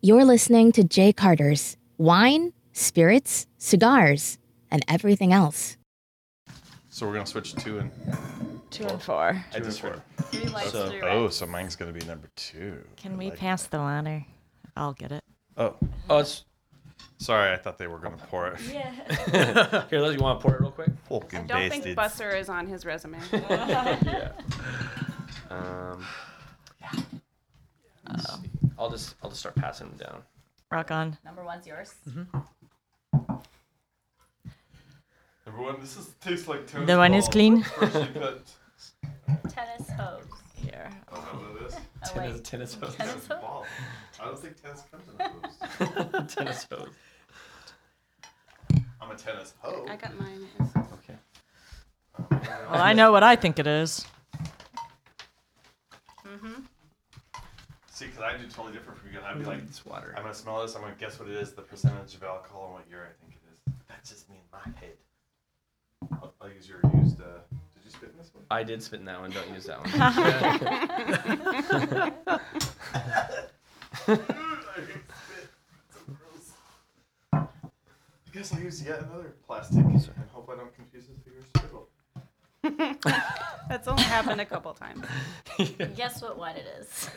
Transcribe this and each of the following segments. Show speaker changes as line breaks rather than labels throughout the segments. You're listening to Jay Carter's Wine, Spirits, Cigars, and Everything Else.
So we're gonna switch two and
Two and four.
I just heard.
Three lights,
So,
three
oh,
rights.
so mine's gonna be number two.
Can
I
we
like
pass the water? I'll get it.
that. Oh,
Oh, it's,
sorry. I thought they were gonna pour it.
Yeah.
here, Liz, you want to pour it real quick?
Fucking
I don't think
bastards.
Buster is on his resume.
yeah. Um, let's see. I'll just I'll just start passing them down.
Rock on.
Number one's yours.
Everyone, this is, tastes like toast.
The one is
balls.
clean.
Freshly cooked.
Tennis hose.
Here.
Oh, is that what it is?
Tennis, tennis hose.
It's a ball. I don't think tennis comes in a hose.
tennis hose.
I'm a tennis hoe.
I got mine.
Okay.
Well, I know what I think it is.
See, because I do totally different from you. guys. I'd be like,
It's water.
I'm gonna smell this. I'm gonna guess what it is, the percentage of alcohol, and what year I think it is. That's just me in my head. I'll, I'll use your used. Uh, did you spit in this one?
I did spit in that one. Don't use that one.
I hate spit. It's so gross. I guess I'll use yet another plastic and hope I don't confuse it for your spittle.
That's only happened a couple times.
Guess what wine it is.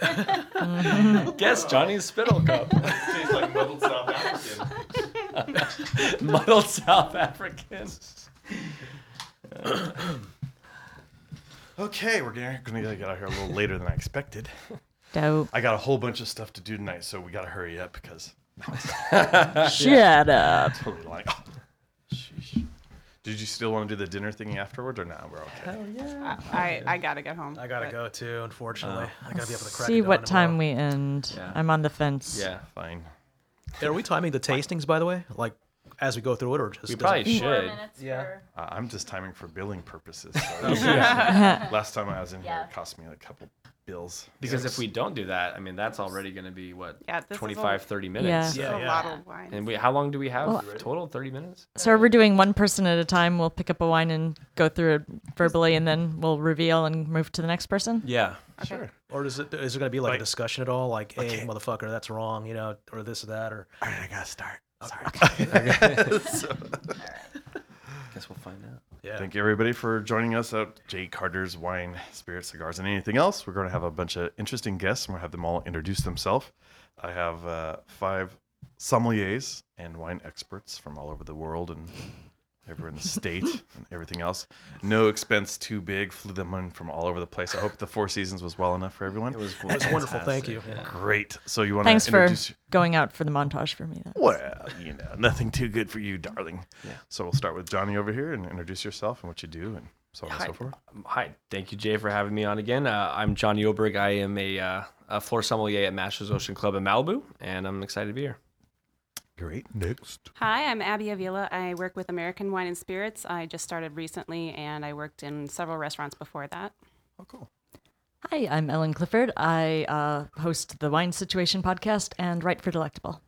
Guess Johnny's spittle cup.
It tastes like muddled South African.
Muddled South African.
Okay, we're gonna, gonna get out here a little later than I expected.
Dope.
I got a whole bunch of stuff to do tonight, so we gotta hurry up because
Shut up.
totally like. Sheesh. Did you still want to do the dinner thingy afterwards or not? We're okay.
I, I gotta get home.
I gotta go too, unfortunately. I gotta be up at the crack
Oh. See
of
what
dawn
time
tomorrow.
we end.
Yeah.
I'm on the fence.
Yeah.
Fine.
Hey, are we timing the tastings by the way? Like as we go through it, or just
We
does it-
probably
Four
should.
minutes
Yeah.
for
Uh, I'm just timing for billing purposes. so- Last time I was in here,
Yeah.
it cost me a couple bills.
Because if we don't do that, I mean, that's already going to be what
Yeah, this is a-
25, 30 minutes.
Yeah.
Yeah,
a
yeah.
bottle of wine.
And we, how long do we have
Well-
total? 30 minutes?
So we're doing one person at a time. We'll pick up a wine and go through it verbally, and then we'll reveal and move to the next person.
Yeah.
Sure.
Or is it is there gonna be like
Like-
a discussion at all? Like, hey,
Okay.
motherfucker, that's wrong, you know, or this or that, or
All right, I gotta start. Sorry.
Guess we'll find out.
yeah.
Thank you everybody for joining us at Jay Carter's Wine, Spirits, Cigars, and anything else. We're going to have a bunch of interesting guests, and we'll have them all introduce themselves. I have uh, five sommeliers and wine experts from all over the world and everywhere in the state and everything else. No expense too big. Flew them in from all over the place. I hope the Four Seasons was well enough for everyone. It was,
It was wonderful, thank you.
great. So you want to
Thanks for
introduce?
going out for the montage for me. Though.
Well, you know, nothing too good for you, darling. Yeah. So we'll start with Johnny over here and introduce yourself and what you do and so on and so forth.
Hi, thank you, Jay, for having me on again. Uh, I'm Johnny Oberg. I am a, uh, a floor sommelier at Masters Ocean Club in Malibu, and I'm excited to be here.
Great. Next.
Hi, I'm Abby Avila. I work with American Wine and Spirits. I just started recently, and I worked in several restaurants before that.
Oh, cool.
Hi, I'm Ellen Clifford. I uh, host the Wine Situation podcast and write for Delectable.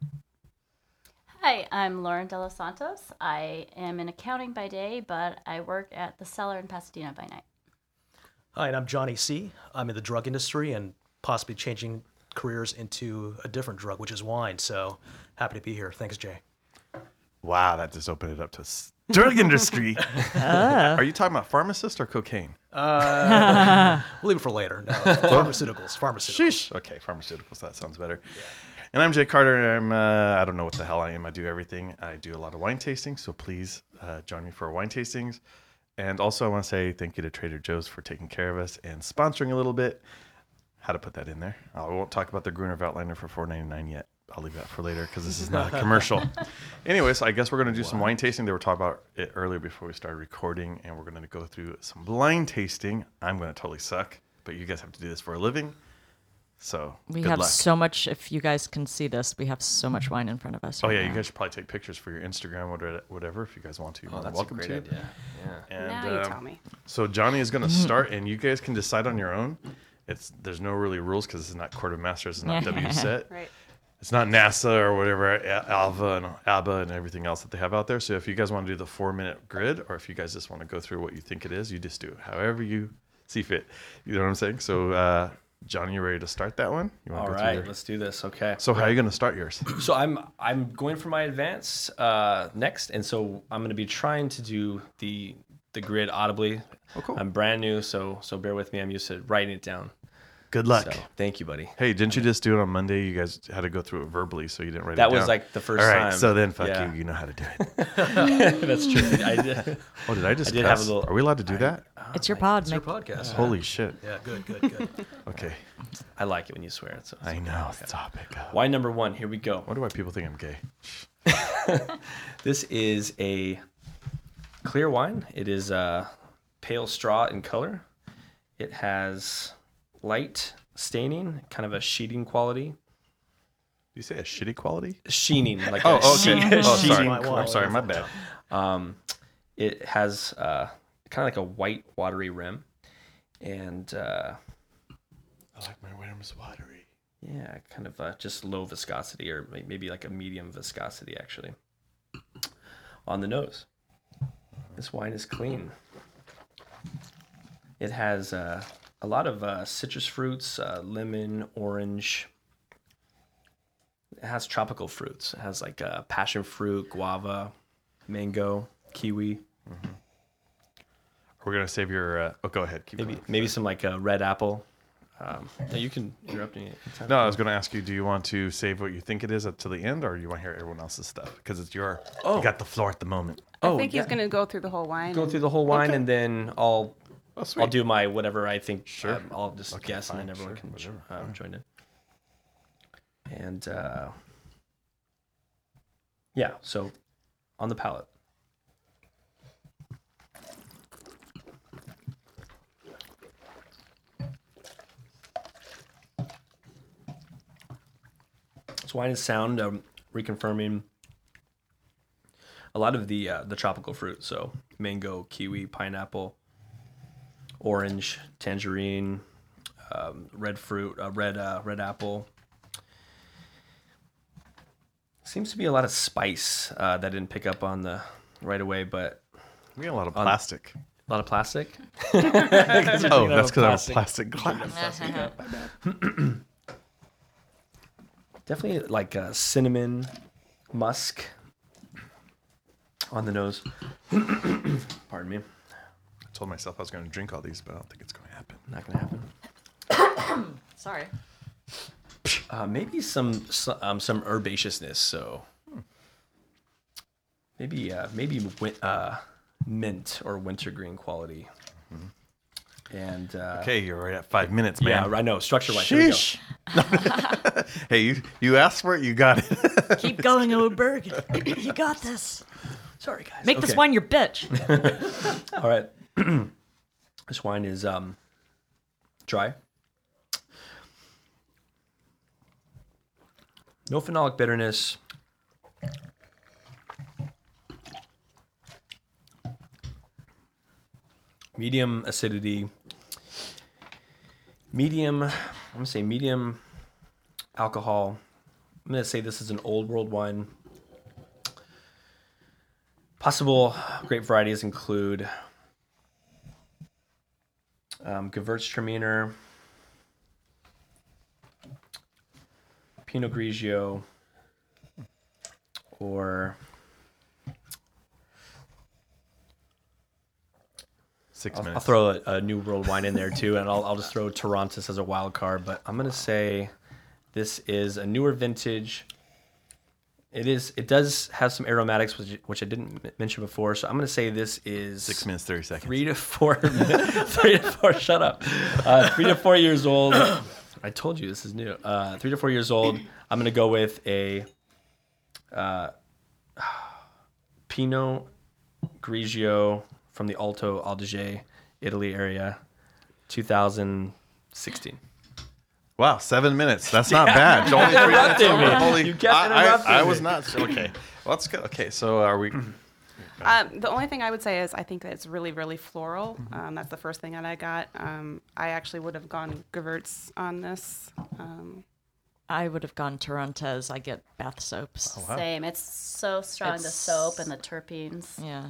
Hi, I'm Lauren De Los Santos. I am in accounting by day, but I work at the cellar in Pasadena by night.
Hi, and I'm Johnny C. I'm in the drug industry and possibly changing careers into a different drug, which is wine. So happy to be here. Thanks, Jay.
Wow, that just opened it up to s- drug industry. Are you talking about pharmacist or cocaine?
We'll leave it for later. No, pharmaceuticals. Pharmaceuticals.
Sheesh. Okay, pharmaceuticals. That sounds better. And I'm Jay Carter. And I'm uh, I don't know what the hell I am. I do everything. I do a lot of wine tastings, so please uh, join me for wine tastings. And also, I want to say thank you to Trader Joe's for taking care of us and sponsoring a little bit. How to put that in there? I won't talk about the Gruner Veltliner for four ninety nine yet. I'll leave that for later because this is not a commercial. Anyways, I guess we're going to do some wine tasting. They were talking about it earlier before we started recording, and we're going to go through some blind tasting. I'm going to totally suck, but you guys have to do this for a living. So
We
good
have
luck.
so much. If you guys can see this, we have so much wine in front of us.
oh
right
yeah, you
now.
guys should probably take pictures for your Instagram, whatever, whatever if you guys want to.
Oh,
You're more than welcome to.
idea. Yeah.
And
now you
um,
tell me.
so Johnny is going to start, and you guys can decide on your own. It's there's no really rules because this is not Court of Masters, it's not WSET,
Right.
it's not NASA or whatever A- Alva and ABBA and everything else that they have out there. So if you guys want to do the four minute grid, or if you guys just want to go through what you think it is, you just do it however you see fit. You know what I'm saying? So uh, Johnny, you ready to start that one? You wanna
All
go through
right,
your-
let's do this. Okay.
So how are you going to start yours?
So I'm I'm going for my advance uh, next, and so I'm going to be trying to do the the grid audibly.
Oh, cool.
I'm brand new, so so bear with me. I'm used to writing it down.
Good luck.
So thank you, buddy.
Hey, didn't you just do it on Monday? You guys had to go through it verbally, so you didn't write it
That
down.
was like the first
All right,
time.
so then fuck
Yeah.
you. You know how to do it.
That's true. I did.
Oh, did I just?
I did have
cuss?
a little- uh,
Are we allowed to do that?
It's your pod,
It's your
Nick.
podcast.
Holy shit!
Yeah, good, good, good.
Okay,
I like it when you swear. It's, it's
I know. Stop it. God.
Why number one? Here we go.
wonder why people think I'm gay.
This is a clear wine. It is uh, pale straw in color. It has light staining, kind of a sheeting quality.
You say a shitty quality?
Sheening, like
Oh,
a
okay.
sheen-
oh,
sheening
sorry.
my wall.
I'm sorry. My bad.
it has uh, kind of like a white watery rim and uh,
I like my worms watery.
yeah kind of uh, just low viscosity or may- maybe like a medium viscosity actually on the nose this wine is clean it has uh, a lot of uh, citrus fruits uh, lemon orange it has tropical fruits it has like uh, passion fruit guava mango kiwi
We're gonna save your. Uh, oh, go ahead. Keep
Maybe
going.
maybe some like a red apple. Um, no, you can interrupt me. anytime.
No, I was gonna ask you. Do you want to save what you think it is up to the end, or you want to hear everyone else's stuff? Because it's your.
Oh.
You got the floor at the moment.
Oh,
I think
yeah.
he's going to go through the whole wine.
go through the whole wine and then I'll I'll
sweet.
do my whatever I think.
Sure.
um, I'll just guess and then
fine,
everyone
sure,
can jo- um, join in. And uh, yeah, so on the palate, this wine is sound um, reconfirming a lot of the uh, the tropical fruit, so mango, kiwi, pineapple, orange, tangerine, um, red fruit, uh, red uh, red apple. Seems to be a lot of spice uh, that I didn't pick up on the right away, but
We got a lot of plastic.
a lot of plastic.
Oh, that's because I was plastic glass.
Definitely like uh, cinnamon, musk on the nose. Pardon me.
I told myself I was gonna drink all these, but I don't think it's gonna happen.
Not gonna happen.
Sorry.
Uh, maybe some so- um, some herbaceousness. So maybe uh, maybe win- uh, mint or wintergreen quality. And uh,
Okay, you're right at five minutes,
yeah,
man.
I know structure wise.
Sheesh. hey, you you asked for it, you got it.
Keep going, Oberg. you got this.
Sorry guys.
Make this
Okay.
wine your bitch.
All right. this wine is um, dry. No phenolic bitterness. Medium acidity. Medium, I'm gonna say medium alcohol. I'm gonna say this is an old world wine. Possible grape varieties include um, Gewürztraminer, Pinot Grigio, or
Six
I'll, I'll
minutes.
throw a, a New World wine in there too, and I'll, I'll just throw Torontus as a wild card. But I'm gonna say this is a newer vintage. It is. It does have some aromatics, which, which I didn't m- mention before. So I'm gonna say this is
Six minutes, thirty seconds.
three to four, three to four. Shut up. Uh, three to four years old. I told you this is new. Uh, three to four years old. I'm gonna go with a uh, Pinot Grigio from the Alto Adige, Italy area, 2016.
Wow, seven minutes. That's not bad. Only three minutes
interrupted
over.
me.
Holy,
You kept
I, I-
interrupting
I
me.
was not. sure. Okay. Well, that's good. Okay, so are we?
Um, the only thing I would say is I think that it's really, really floral. Um, that's the first thing that I got. Um, I actually would have gone Gewurz on this. Um,
I would have gone Toronto's. I get bath soaps.
Same. It's so strong the
It's-
soap and the terpenes.
Yeah.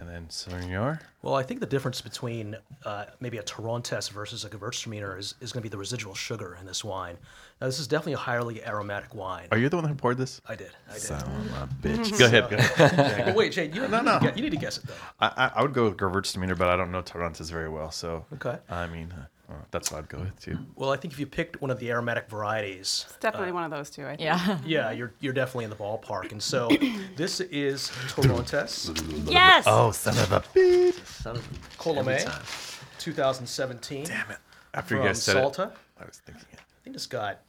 And then Sauvignon.
Well, I think the difference between uh, maybe a Torontes versus a Gewürztraminer is, is going to be the residual sugar in this wine. Now, this is definitely a highly aromatic wine.
Are you the one who poured this?
I did. I did.
Son of a bitch. Go ahead. Go ahead.
Well, wait, Jay, you, you, need to, gu- you need to guess it, though.
I, I, I would go with Gewürztraminer, but I don't know Torontes very well, so
Okay.
I mean, uh, uh, that's what I'd go with too.
Well, I think if you picked one of the aromatic varieties,
It's definitely one of those two. I think.
Yeah.
yeah, you're, you're definitely in the ballpark. And so this is Torontes
Mm-hmm.
Yes.
Oh,
son of a bitch!
Colomé 2017
Damn it! After
from
you guys said
Salta.
it, I was thinking it.
I think this got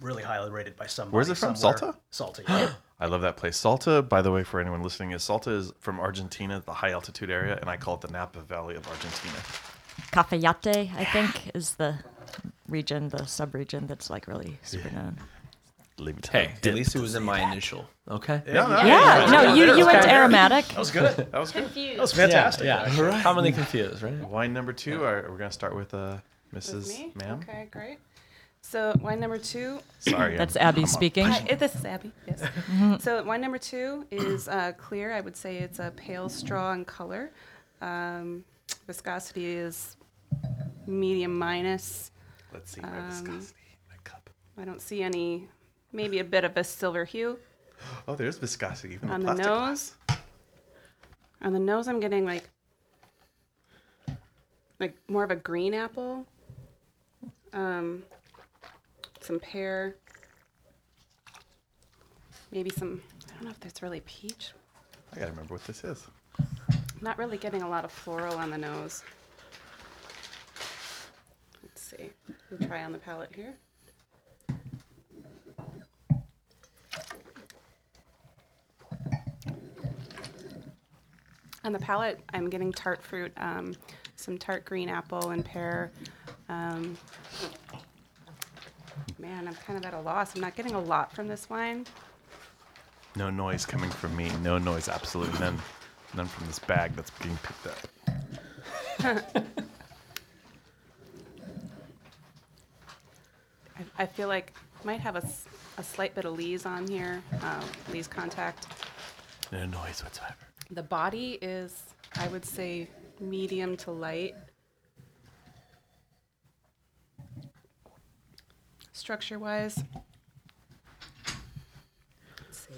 really highly rated by somebody.
Where's it from?
somewhere. Salta, yeah.
I love that place. Salta, by the way, for anyone listening, is Salta is from Argentina, the high altitude area, and I call it the Napa Valley of Argentina.
Cafayate, I think, is the region, the subregion that's like really super known.
Leave it to
Hey,
that.
at least it was in my initial. Okay.
No, no,
Yeah. No, you, you went to
Okay.
aromatic.
That was good. That
that was good.
Confused.
was fantastic.
Yeah. Commonly confused, right?
Wine number two. Are, we're gonna start with uh, Mrs.
With me?
Ma'am.
Okay, great. So wine number two.
Sorry,
That's
I'm-
Abby
I'm a-
speaking.
Hi, eh, this is Abby. Yes. so wine number two is uh, clear. I would say it's a pale straw in color. Um, viscosity is medium minus.
Let's see
Um,
my viscosity. My cup.
I don't see any. Maybe a bit of a silver hue
Oh, there's viscosity even
on
in
the
plastic
nose.
glass.
On the nose, I'm getting like like more of a green apple. Um, some pear. Maybe some. I don't know if that's really peach.
I gotta remember what this is.
Not really getting a lot of floral on the nose. Let's see. We'll try on the palette here. On the palette, I'm getting tart fruit, um, some tart green apple and pear. Um, man, I'm kind of at a loss. I'm not getting a lot from this wine.
No noise coming from me. No noise. Absolutely none. None from this bag that's being picked up.
I, I feel like might have a, s- a slight bit of lees on here, um, lees contact.
No noise whatsoever.
The body is, I would say, medium to light. Structure wise, let's see.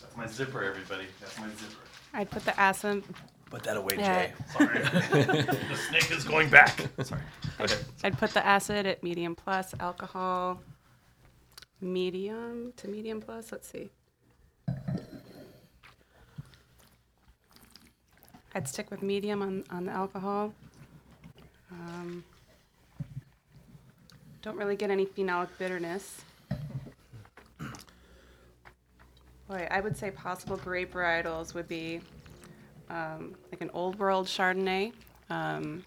That's my zipper, everybody. That's my zipper.
I'd put the acid.
Put that away,
Yeah.
Jay.
The snake is going back. Sorry. Okay.
I'd put the acid at medium plus, alcohol medium to medium plus. Let's see. I'd stick with medium on, on the alcohol. Um, don't really get any phenolic bitterness. Boy, I would say possible grape varietals would be um, like an old world Chardonnay. Um,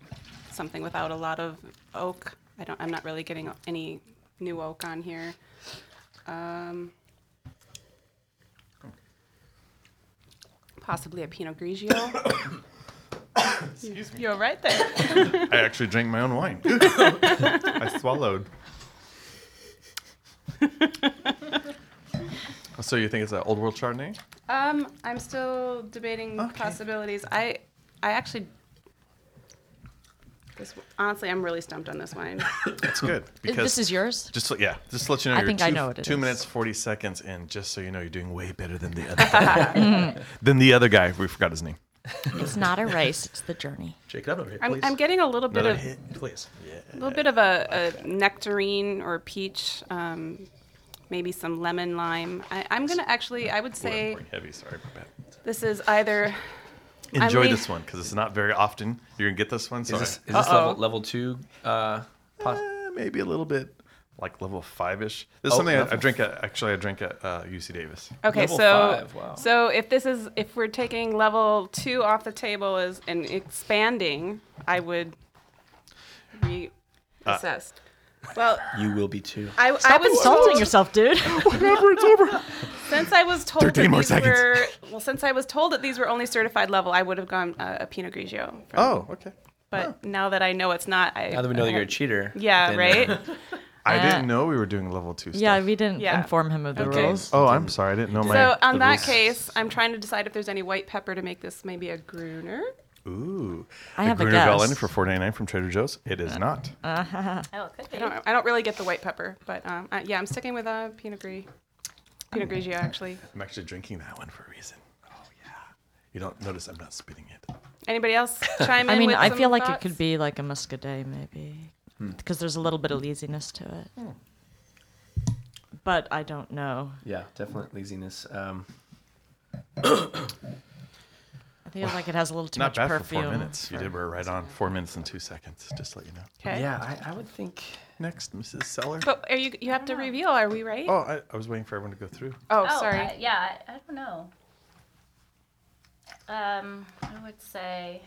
something without a lot of oak. I don't. I'm not really getting any new oak on here. Um, possibly a Pinot Grigio.
Excuse me.
You're right there.
I actually drank my own wine. I swallowed. so you think it's an old world Chardonnay?
Um, I'm still debating
Okay.
possibilities. I, I actually. This, honestly, I'm really stumped on this wine.
That's good because
this is yours?
Just so- yeah, just to let you know,
I
you're
think
two,
I know what it
two
is.
minutes forty seconds in. Just so you know, you're doing way better than the other guy.
Mm-hmm.
than the other guy. We forgot his name.
It's not a race, it's the journey.
Jay, get up over here,
I'm,
please.
I'm getting a little bit
Another
of
hit.
Please.
a little bit of a, a nectarine or peach, um, maybe some lemon lime. I, I'm gonna actually, I would say
Pouring heavy. Sorry, my bad.
this is either I'm
Enjoy
lean-
this one because it's not very often you're gonna get this one. So
Is this,
I-
is this level,
Uh-oh.
level two? Uh, pos-
eh, maybe a little bit like level five ish. This is
Oh,
something I, I
level
drink at actually I drink at uh, UC Davis.
okay.
Level
so
five, wow.
so if this is if we're taking level two off the table is and expanding, I would reassess.
Uh.
well,
you will be two.
I, I
Stop
was
insulting
told-
yourself, dude.
Since I was told that
13 more
these
seconds.
were well, since I was told that these were only certified level, I would have gone uh, a Pinot Grigio. from-
Oh, okay.
but now that I know it's not, I
Now that we know that
I
you're a
have-
cheater.
Yeah,
then, uh,
right.
I
Uh,
didn't know we were doing level two stuff.
Yeah, we didn't
Yeah.
inform him of the
Okay.
rules.
Oh, I'm sorry. I didn't know my.
So
um,
on
the
that
rules.
case, I'm trying to decide if there's any white pepper to make this maybe a Gruner.
Ooh.
I have a
Gruner Veltliner
guess. Uh,
for 4.99 from Trader Joe's. It is not.
Oh, it could be.
I don't, I don't really get the white pepper, but um, I, yeah, I'm sticking with uh, Pinot Gris. Pinot Grigio, actually.
I'm actually drinking that one for a reason. Oh yeah. You don't notice I'm not spitting it.
Anybody else chime in?
I mean,
with
I
some
feel like
thoughts?
it could be like a muscadet, maybe,
Hmm.
because there's a little bit of laziness to it.
Oh.
But I don't know.
Yeah, definite laziness. Um,
I feel like it has a little too
not
much
bad
perfume.
for four minutes. You
for-
did. We're right on four minutes and two seconds. Just to let you know.
Okay.
Yeah, I, I would think.
Next, Mrs. Seller.
But are you? You have to reveal. Are we right?
Oh, I, I was waiting for everyone to go through.
Oh,
Oh,
sorry.
I, yeah, I, I don't know. Um, I would say,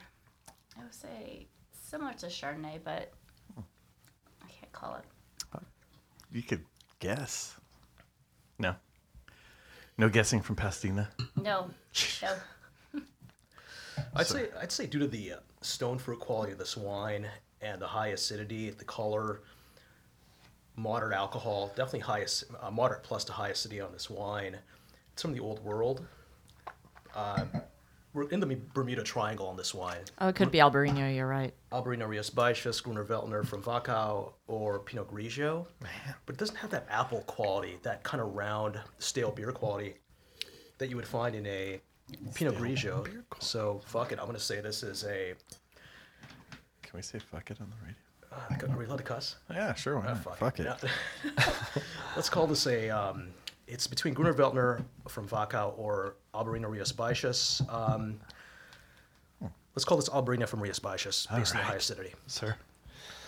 I would say similar to Chardonnay, but I can't call it.
You could guess. No. No guessing from Pastina.
No, no.
I'd say I'd say due to the uh, stone fruit quality of this wine and the high acidity, the color, moderate alcohol, definitely high ac- uh, moderate plus to high acidity on this wine. It's from the old world. Um we're in the Bermuda Triangle on this wine.
Oh, it could be Albarino. You're right.
Albarino Rios Baixas, Gruner Veltliner from Vacau, or Pinot Grigio. But it doesn't have that apple quality, that kind of round, stale beer quality that you would find in a Pinot Grigio. So, fuck it. I'm going to say this is a.
Can we say fuck it on the radio?
Uh, are we allowed to cuss?
Yeah, sure.
Oh,
Why not? Fuck, it.
Yeah. Let's call this a. Um, it's between Gruner Veltner from Vacau or Albarino Rios Baixas. Um, let's call this Albarino from Rios Baixas based on the high
right.
acidity.
Sir.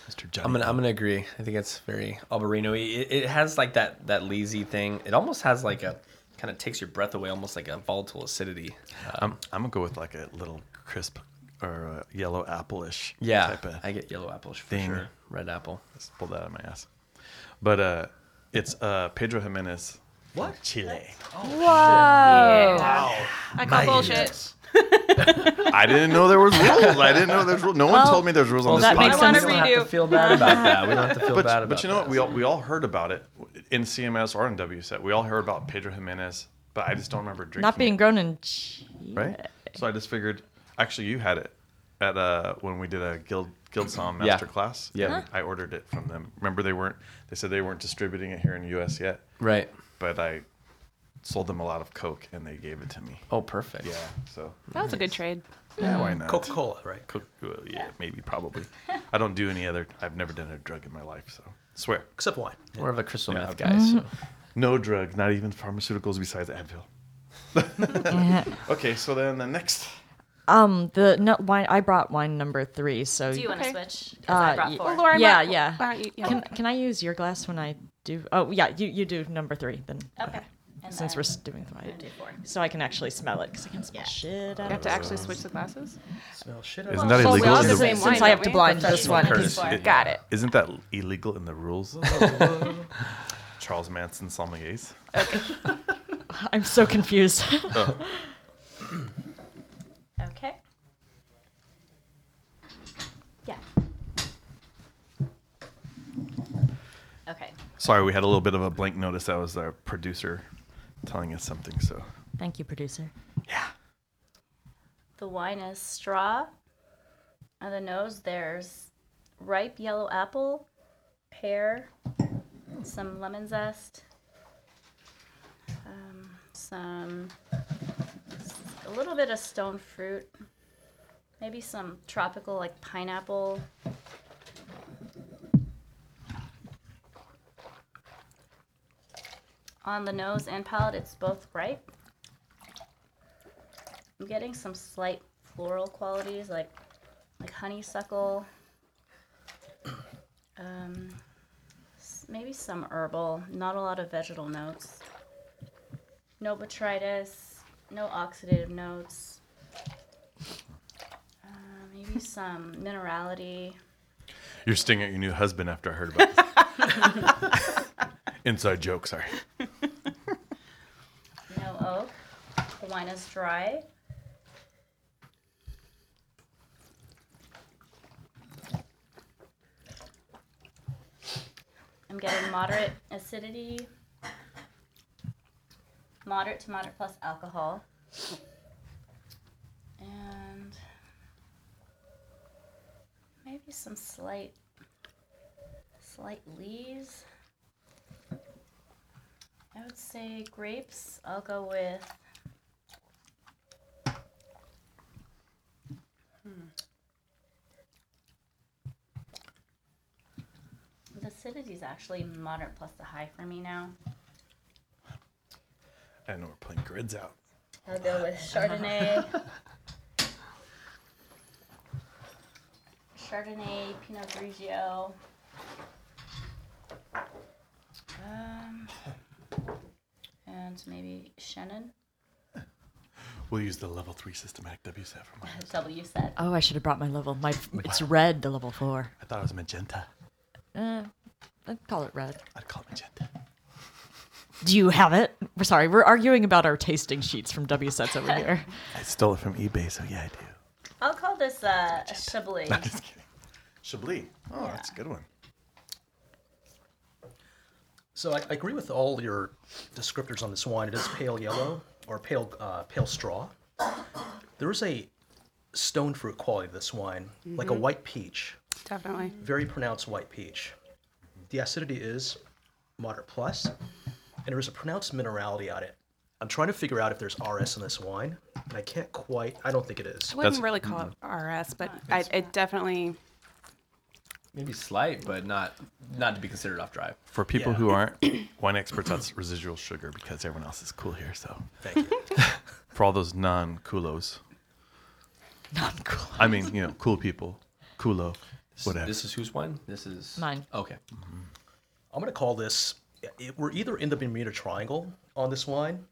Mr. Johnny.
I'm gonna I'm gonna agree. I think it's very Albarino. It, it has like that that lazy thing. It almost has like a kind of takes your breath away, almost like a volatile acidity. uh,
I'm, I'm gonna go with like a little crisp or uh yellow appleish.
Yeah,
Type of.
I get yellow apples for
thing.
sure. Red apple.
Just pulled that out of my ass. But uh, it's uh Pedro Jimenez.
What?
Chile.
I call bullshit.
I didn't know there was rules. I didn't know there's rules. No one told me there's rules on this
that
podcast.
makes
I wanna
sense.
We don't have
redo.
to feel bad about that. We don't have to feel
but,
bad about.
but you know
that.
what? We all we all heard about it in CMS or in WSET. We all heard about Pedro Jimenez, but I just don't remember drinking.
Not being
it,
grown in. Chile.
right. So I just figured. Actually, you had it at uh when we did a guild guild song
Yeah.
master class.
Yeah. Huh.
I ordered it from them. Remember they weren't. They said they weren't distributing it here in the U.S. yet,
Right.
but I sold them a lot of Coke and they gave it to me.
Oh, perfect.
Yeah. So
That was a good trade.
yeah, why not?
Coca Cola, right?
Coke, well, yeah, maybe, probably. I don't do any other. I've never done a drug in my life, so swear.
Except wine.
More of a crystal meth
okay.
guy. So.
Mm-hmm.
No drug, not even pharmaceuticals besides Advil. Okay, so then the next.
Um, the no, wine. I brought wine number three. So
Do you want to
Okay.
switch?
Uh,
'Cause I
y-
brought four.
Well, Laura,
Yeah,
might-
yeah.
why don't you- yeah.
Can can I use your glass when I do? Oh yeah, you, you do number three then.
Okay. And
Since we're
then-
doing
I do
three,
four.
so I can actually smell it because I can smell
Yeah.
shit
you
out
have
of
to
it.
actually switch the glasses.
Smell shit
Isn't
Well,
that
well, we
illegal?
all
in the,
just
same
Since
wine,
I have
don't
to
we?
blind this one,
Professional
Four.
Got it.
isn't that illegal in the rules? Charles Manson sommeliers.
I'm so confused.
Okay. Yeah. Okay.
Sorry, we had a little bit of a blank notice. That was our producer telling us something. So
Thank you, producer.
The wine is straw. On the nose, there's ripe yellow apple, pear, some lemon zest, um, some a little bit of stone fruit, maybe some tropical like pineapple. On the nose and palate, it's both ripe. I'm getting some slight floral qualities, like like honeysuckle, um, s- maybe some herbal. Not a lot of vegetal notes. No botrytis. No oxidative notes. Uh, maybe some minerality.
you're stinging at your new husband after I heard about this. Inside joke, sorry.
No oak. The wine is dry. I'm getting moderate acidity, moderate to moderate plus alcohol, and maybe some slight, slight lees. I would say grapes. I'll go with. hmm. The acidity is actually moderate plus the high for me now.
I know we're playing grids out.
I'll go with Chardonnay. Chardonnay, Pinot Grigio. Um, and maybe Shannon.
We'll use the level three systematic WSAT for mine.
W set.
Oh, I should have brought my level. My it's red, the level four.
I thought it was magenta.
Uh, I'd call it red.
I'd call it magenta.
Do you have it? We're sorry, we're arguing about our tasting sheets from W sets over here.
I stole it from eBay, so yeah, I do.
I'll call this uh, a Chablis.
I'm just kidding. Chablis. Oh, that's a good one.
So I, I agree with all your descriptors on this wine. It is pale yellow or pale uh, pale straw. There is a stone fruit quality to this wine, like a white peach,
Definitely.
very pronounced white peach. The acidity is moderate plus, and there is a pronounced minerality on it. I'm trying to figure out if there's RS in this wine, and I can't quite. I don't think it is.
I wouldn't
That's-
really call it RS, but I, it definitely.
Maybe slight, but not not to be considered off drive.
For people
Yeah.
who aren't wine experts, that's residual sugar because everyone else is cool here. So
Thank you.
for all those non-coolos,
Not cool.
I mean, you know, cool people, culo,
This-
whatever.
This is whose wine? This is
Mine.
Okay.
I'm gonna call this. It, we're either in the Bermuda Triangle on this wine,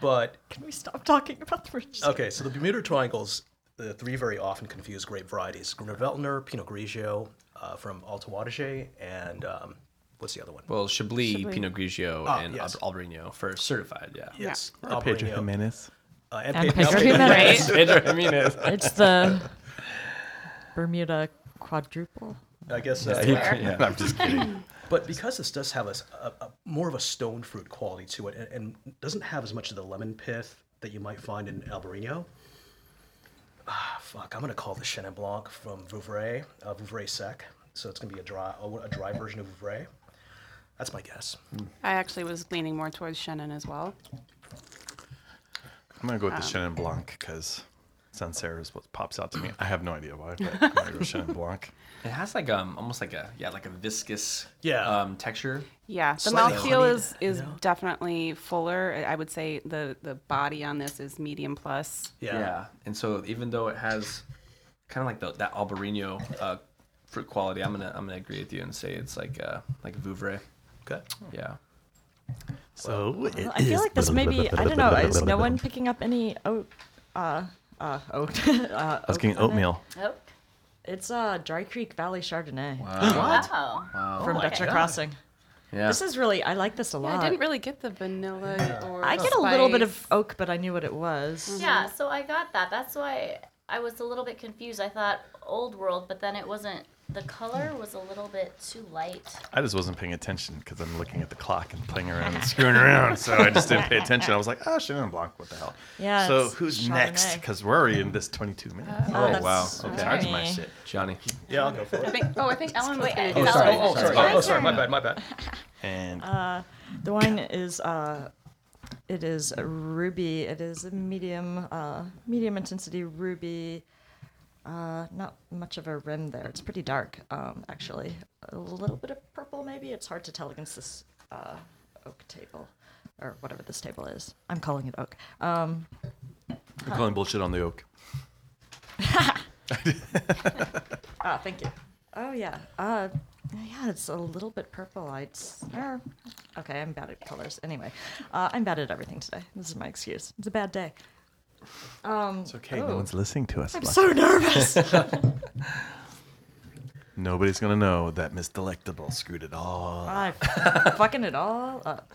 but
Can we stop talking about the rich?
Okay, so the Bermuda Triangle's the three very often confused grape varieties: Grunewaldner, Pinot Grigio uh, from Alto Adige, and um, what's the other one?
Well, Chablis, Pinot Grigio,
Ah,
and
yes.
yes. Albrino for certified. Yeah.
yes,
Uh, Pedro
Albarino.
Jimenez.
Uh, and
And
Pedro
Pedro
Jimenez.
Jimenez.
Pedro Jimenez.
It's the Bermuda quadruple.
I guess. Uh,
yeah.
I'm just kidding.
But because this does have a, s- a- a- more of a stone fruit quality to it, and, and doesn't have as much of the lemon pith that you might find in Albarino. Ah, fuck! I'm gonna call this Chenin Blanc from Vouvray, uh, Vouvray Sec. So it's gonna be a dry, a dry version of Vouvray. That's my guess.
I actually was leaning more towards Shannon as well.
I'm gonna go with the
Um,
Chenin Blanc because Sancerre is what pops out to me. I have no idea why, but I'm gonna go with Chenin Blanc.
It has like um almost like a yeah like a viscous
Yeah.
um texture.
Yeah, the
Slightly
mouthfeel
honeyed,
is is definitely fuller. I- I would say the the body on this is medium plus.
Yeah. And so even though it has kind of like the, that Albarino uh, fruit quality, I'm gonna I'm gonna agree with you and say it's like uh like Vouvray.
Okay.
Yeah.
So it
I feel like this maybe I don't know. Is no one picking up any oat? Uh, uh, oat. uh,
I was getting oatmeal.
Oh,
It's uh, Dry Creek Valley Chardonnay
wow.
from
my
Dutcher
God.
Crossing.
Yeah.
This is really I like this a lot.
I didn't really get the vanilla or.
I get a little bit of oak, but I knew what it was.
Yeah, so I got that. That's why I was a little bit confused. I thought old world, but then it wasn't. The color was a little bit too light.
I just wasn't paying attention because I'm looking at the clock and playing around and screwing around, so I just didn't pay attention. I was like, "Oh, Chenin Blanc, what the hell?"
Yeah,
So
it's
who's next?
Chardonnay.
Because we're already in this 22 minutes.
Oh,
Oh, wow.
that's
I'm in charge of my
right.
shit.
Johnny.
Yeah, I'll go for it.
I think, oh, I think Ellen was
Wait,
going
I-
to.
sorry.
Oh, oh,
It's
sorry.
my
Oh, sorry. My
turn.
bad. My bad.
And
Uh, The wine is uh, it is a ruby. It is a medium uh, medium intensity ruby. Uh, not much of a rim there. It's pretty dark, um, actually. A little bit of purple, maybe. It's hard to tell against this uh, oak table, or whatever this table is. I'm calling it oak. Um,
I'm calling bullshit on the oak.
ah, thank you. Oh yeah. Uh, yeah, it's a little bit purple. I it's- er, okay. I'm bad at colors. Anyway, uh, I'm bad at everything today. This is my excuse. It's a bad day. Um, oh,
It's okay. No one's listening to us.
I'm so nervous.
Nobody's gonna know that Miss Delectable screwed it all. up.
I'm fucking it all up.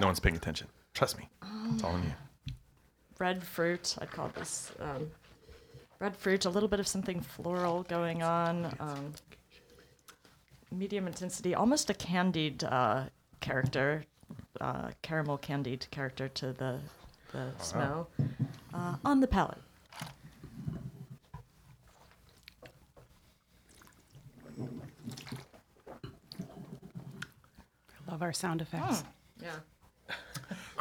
No one's paying attention. Trust me. It's all on you.
Red fruit, I'd call this. Um, red fruit, a little bit of something floral going on. Um, medium intensity, almost a candied uh, character, uh, caramel candied character to the, the snow uh, on the palate.
Love our sound effects.
Yeah.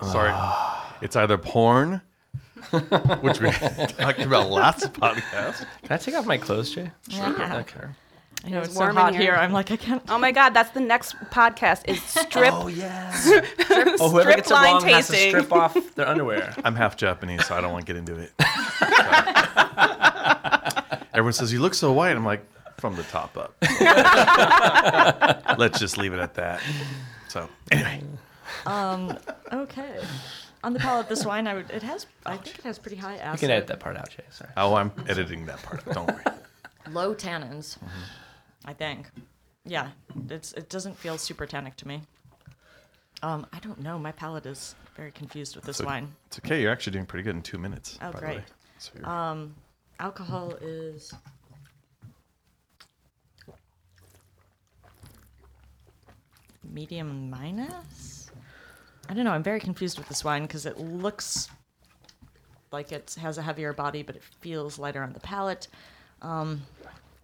Sorry. It's either porn, which we talked about last podcast.
Can I take off my clothes, Jay?
Yeah.
Okay.
I know
It's
it's, so
warm in
hot
here.
here. I'm like, I can't.
Oh my God, that's the next podcast is strip
Oh yeah. oh, whoever
strip
gets it
line
wrong has to
tasting.
strip off their underwear.
I'm half Japanese, so I don't want to get into it. Everyone says you look so white. I'm like from the top up. Let's just leave it at that. So anyway,
Okay. On the palate, this wine, I would. It has. I think it has pretty high acid.
You can edit that part out, Jay. Sorry.
oh, I'm editing that part. Out. Don't worry.
Low tannins. I think. Yeah. It's. It doesn't feel super tannic to me. Um, I don't know. My palate is very confused with this
So-
wine.
It's okay. You're actually doing pretty good in two minutes. by
Oh,
The
great. Um,
way. So you're, uh,
Alcohol is. Medium minus? I don't know. I'm very confused with this wine because it looks like it has a heavier body, but it feels lighter on the palate. Um,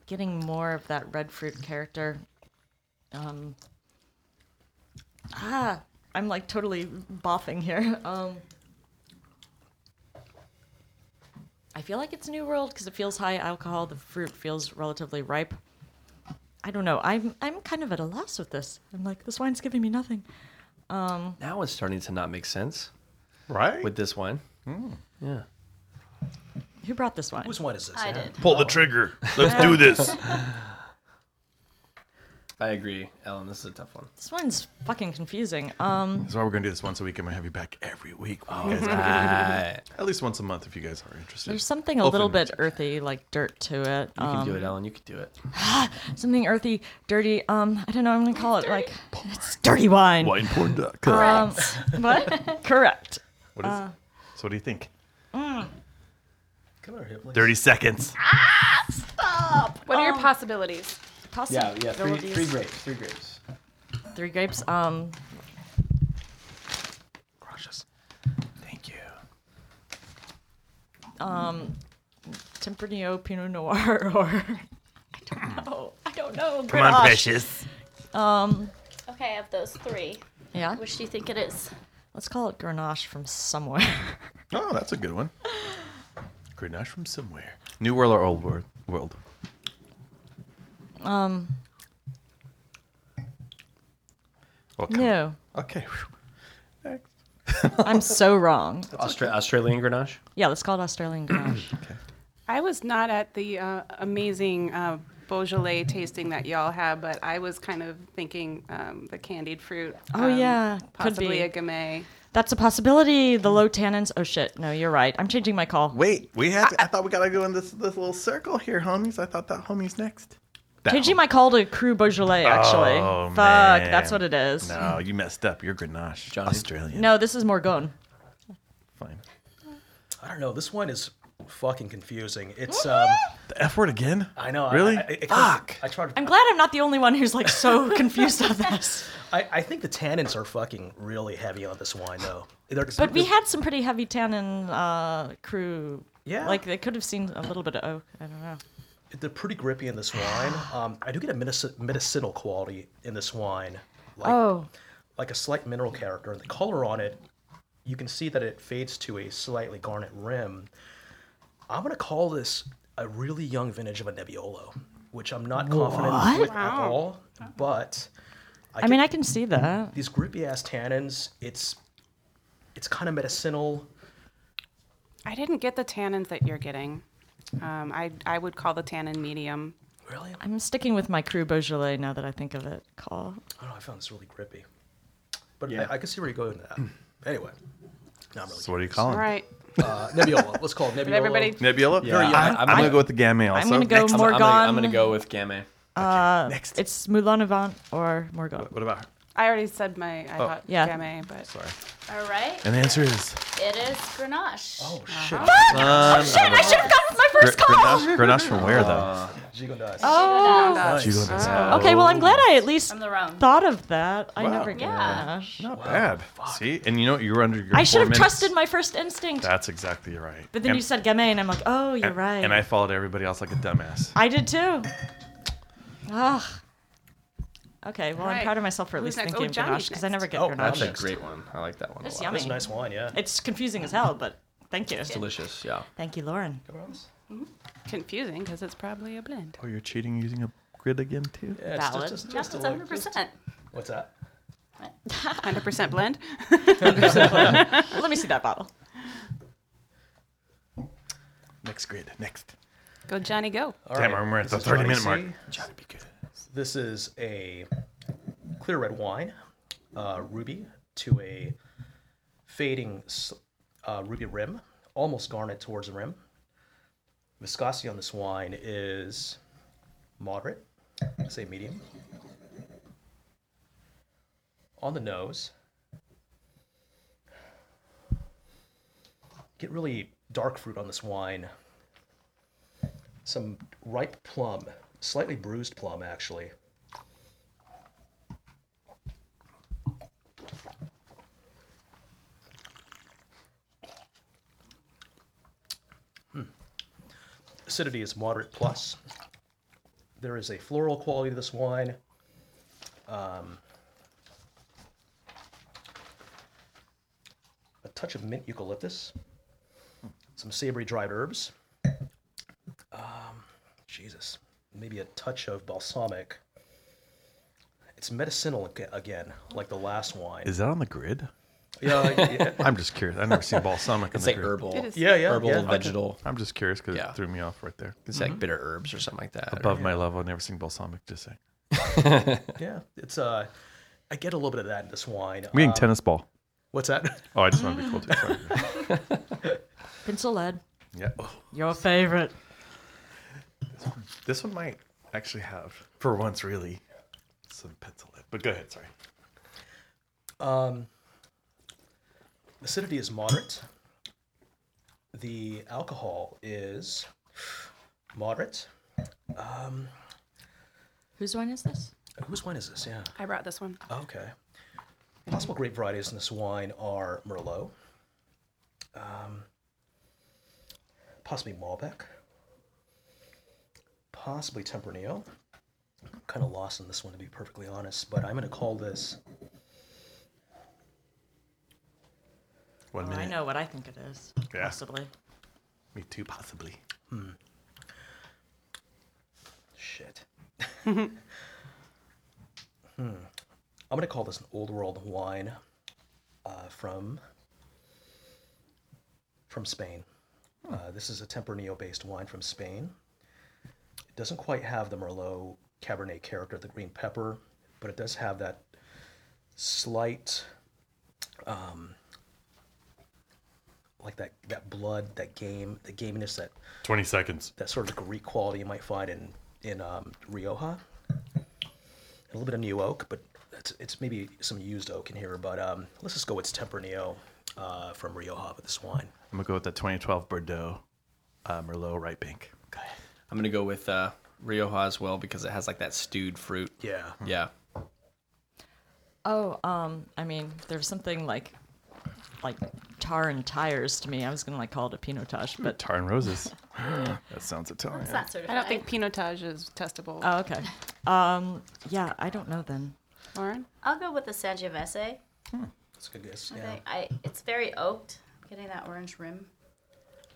getting more of that red fruit character. Um, ah, I'm like totally boffing here. Um, I feel like it's New World because it feels high alcohol. The fruit feels relatively ripe. I don't know. I'm I'm kind of at a loss with this. I'm like, this wine's giving me nothing.
Now it's starting to not make sense
right.
with this wine.
Hmm.
Yeah.
Who brought this wine?
Whose wine is this?
I did.
Pull the trigger. Let's do this.
I agree, Ellen. This is a tough one.
This wine's fucking confusing. Um,
That's why we're gonna do this once a week. I'm gonna have you back every week.
Oh,
when you guys are-
Right.
At least once a month if you guys are interested.
there's something a little
Open.
bit earthy, like dirt to it.
You
Um,
can do it, Ellen. You can do it.
something earthy, dirty. Um, I don't know. I'm gonna call it like it's dirty wine.
Wineporn.com.
Um, what? Correct.
What
Um,
is
uh,
it? So what do you think?
Come over here, please.
30 seconds.
What are your possibilities?
Yeah, yeah. Three,
Possibilities.
three grapes. Three grapes.
Three grapes. Um,
Crushes. Thank you.
Tempranillo, Pinot Noir, or I don't know. I don't know.
Come on,
Grenache.
precious.
Okay, of those three,
Yeah.
which do you think it is?
Let's call it Grenache from somewhere.
Oh, that's a good one. Grenache from somewhere. New world or old world? World. Um.
no,
Okay. whew. Next.
I'm so wrong.
Austra- Australian Grenache.
Yeah, let's call it Australian Grenache.
I was not at the uh, amazing uh, Beaujolais tasting that y'all had, but I was kind of thinking um, the candied fruit.
Oh,
um,
yeah, could
possibly
be.
a gamay.
That's a possibility. The low tannins. Oh shit. No, you're right. I'm changing my call.
Wait, we had. To, I thought we gotta go in this this little circle here, homies. I thought that homie's next. That
Changing my call to Cru Beaujolais. Actually.
Oh,
Fuck.
man.
That's what it is.
homie. No, you messed up. You're Grenache.
Johnny.
Australian.
No, this is Morgon.
Fine.
I don't know. This wine is fucking confusing. It's um.
The F word again?
I know. I-
Really?
I, I, it comes-
Fuck.
I tried.
I'm glad I'm not the only one who's like so confused on this.
I, I think the tannins are fucking really heavy on this wine, though. They're-
But we had some pretty heavy tannin uh, Cru.
Yeah.
Like they could have seen a little bit of oak. I don't know.
They're pretty grippy in this wine. Um, I do get a medici- medicinal quality in this wine, like,
Oh.
like a slight mineral character. The color on it, you can see that it fades to a slightly garnet rim. I'm gonna call this a really young vintage of a Nebbiolo, which I'm not confident with at all. But
I mean, I can see
Mm-hmm.
that.
these grippy ass tannins, it's it's kind of medicinal.
I didn't get the tannins that you're getting. Um, I I would call the tannin medium.
Really? I
I'm sticking with my Cru Beaujolais now that I think of it. Call.
don't know. I found this really grippy. But
Yeah.
I, I can see where you're going with that. Anyway, not really.
So what are you calling?
All right.
Uh, Nebbiolo. Let's call it Nebbiolo.
everybody-
Nebula.
Yeah.
I'm,
I'm-
I'm gonna go with the Gamay also.
I'm gonna go
Next.
I'm, I'm, gonna, I'm
Morgon.
gonna go with Gamay.
Uh,
Next.
It's Moulin Avant or Morgon.
What about? her?
I already said my I thought
Yeah.
gamay, but
Sorry.
All right.
And the answer is
It is Grenache.
Oh shit!
Uh-huh.
um,
Shit, I should have gotten my first call.
Grenache, Grenache from where though?
Uh,
Jigo dice.
Oh.
Nice.
Gigolo dice.
Okay, well, I'm glad I at least
From the Rhone.
thought of that. I
Wow.
never get
Yeah.
Grenache.
Not bad. See, and you know what? you were under your.
I
four
should have
minutes.
trusted my first instinct.
That's exactly right.
But then
And-
you said Gamay, and I'm like, oh, you're
and-
right.
And I followed everybody else like a dumbass.
I did too. Ugh. Okay, well, I'm
Right.
proud of myself for at
Who's
least
next? Oh,
thinking of
Johnny's
Grenache because I
next.
never get
Oh,
Grenache.
that's a
Nice.
great one. I like that one.
Oh,
It's
a lot.
yummy.
That's a nice wine. Yeah.
It's confusing as hell, but thank you.
It's delicious. Yeah.
Thank you, Lauren.
Confusing because it's probably a blend.
Oh, you're cheating using a grid again too.
Yeah, it's
Valid.
Just,
Yes,
just, just
it's
a little-
100. percent
What's that?
100% blend.
Let me see that bottle.
Next grid, next.
Go, Johnny, go.
All
Damn,
right,
I'm at
this
the
is
30
Johnny
minute mark.
C.
Johnny, be good.
This is a clear red wine, uh, ruby to a fading s- uh, ruby rim, almost garnet towards the rim. Viscosity on this wine is moderate, I'd say medium. On the nose, get really dark fruit on this wine. Some ripe plum, slightly bruised plum, actually. acidity is moderate plus. There is a floral quality to this wine. Um, a touch of mint eucalyptus, some savory dried herbs. Um, Jesus, maybe a touch of balsamic. It's medicinal aga- again, like the last wine.
Is that on the grid?
yeah, yeah,
I'm just curious. I've never seen balsamic on
It's
the
like
grid.
herbal.
It is.
yeah, yeah.
Herbal
yeah.
vegetal. Mm-hmm.
I'm just curious because
Yeah.
it threw me off right there.
It's like bitter herbs or something like that. or-
Above my level, I've never seen balsamic. Just saying.
Yeah, it's uh, I get a little bit of that in this wine.
I mean,
Uh,
tennis ball.
what's that?
Oh, I just want to be cool too. Sorry.
Pencil lead.
yeah.
Your favorite.
This one might actually have, for once, really, some pencil lead. But go ahead. Sorry.
acidity is moderate. The alcohol is moderate.
Whose wine is this?
Uh, Whose wine is this? Yeah.
I brought this one.
Oh, okay. Possible grape varieties in this wine are Merlot, um, possibly Malbec, possibly Tempranillo. I'm kind of lost on this one, to be perfectly honest, but I'm going to call this
One
Oh,
minute.
I know what I think it is.
Yeah.
Possibly.
Me too, possibly.
Shit. hmm. I'm gonna call this an old world wine uh, from from Spain. Uh, this is a Tempranillo based wine from Spain. It doesn't quite have the Merlot Cabernet character of the green pepper, but it does have that slight um, like that that blood, that game, the gaminess that
20 seconds.
that sort of Greek quality you might find in in um, Rioja. A little bit of new oak, but it's, it's maybe some used oak in here. But um, let's just go with Tempranillo uh, from Rioja with this wine.
I'm going to go with that 2012 Bordeaux uh, Merlot Right Pink.
I'm gonna go with uh, Rioja as well because it has like that stewed fruit.
Yeah.
Yeah.
Oh, um, I mean, there's something like, like tar and tires to me. I was gonna like call it a pinotage, but
Tar and Roses. that sounds Italian.
It's not certified.
I don't think Pinotage is testable.
oh, okay. Um, yeah, I don't know then.
Lauren?
I'll go with the Sangiovese.
That's a good guess.
I
Yeah.
think I, it's very oaked. I'm getting that orange rim.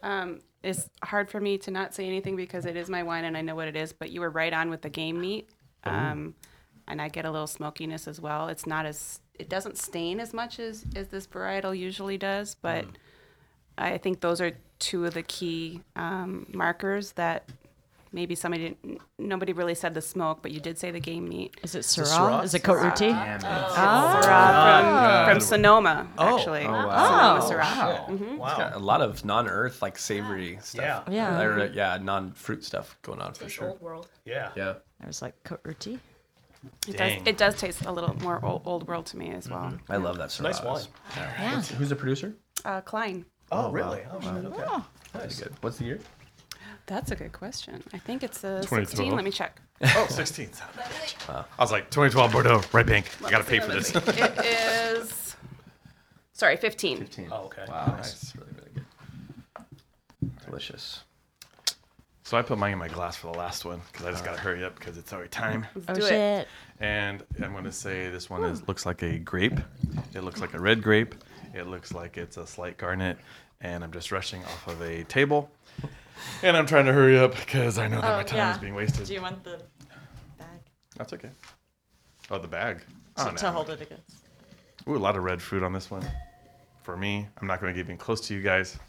Um, it's hard for me to not say anything because it is my wine and I know what it is, but you were right on with the game meat. Um, and I get a little smokiness as well. It's not as, it doesn't stain as much as, as this varietal usually does, but I think those are two of the key um, markers that maybe somebody, didn't, n- nobody really said the smoke, but you did say the game meat.
Is it
it
Syrah?
Syrah?
Is it Cote Routier?
Oh. Uh, Ah.
Syrah from, from Sonoma, actually.
wow.
Sonoma Syrah.
Got a lot of non-earth like savory stuff.
Yeah.
Yeah.
Or, uh, yeah, non-fruit stuff going on for
Tastes
sure.
old world.
Yeah.
Yeah.
I was like Cote Routier.
It does,
Dang.
it does taste a little more old, old world to me as well.
I love that.
nice
Syrah.
wine.
Yeah.
Who's the producer?
Uh, Klein.
Oh, really? Oh, shit, okay.
Pretty good. What's the year?
That's a good question. I think it's a
2012.
16. Let me check.
Oh, 16. son of a bitch. I was like, 2012 Bordeaux, right bank. I got to pay for this.
It is. Sorry, 15.
Oh, okay.
Wow, that's really really good. Delicious.
So I put mine in my glass for the last one because I just got to hurry up because it's already time.
Oh,
shit.
And I'm going to say this one
Hmm.
is looks like a grape. It looks like a red grape. It looks like it's a slight garnet. And I'm just rushing off of a table. And I'm trying to hurry up because I know that my time is being wasted.
Oh, Do you want the bag
That's okay. Oh, the bag.
to,
Oh,
to hold it against?
Ooh, a lot of red fruit on this one. For me, I'm not going to get even close to you guys.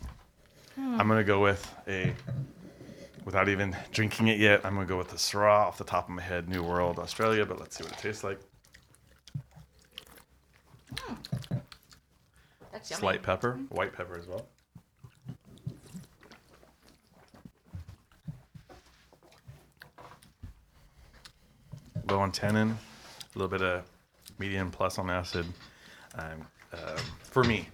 I'm going to go with a, without even drinking it yet, I'm going to go with the Syrah off the top of my head, New World, Australia, but let's see what it tastes like.
That's
Slight pepper, white pepper as well. Low on tannin, a little bit of medium plus on acid. Um, um, for me,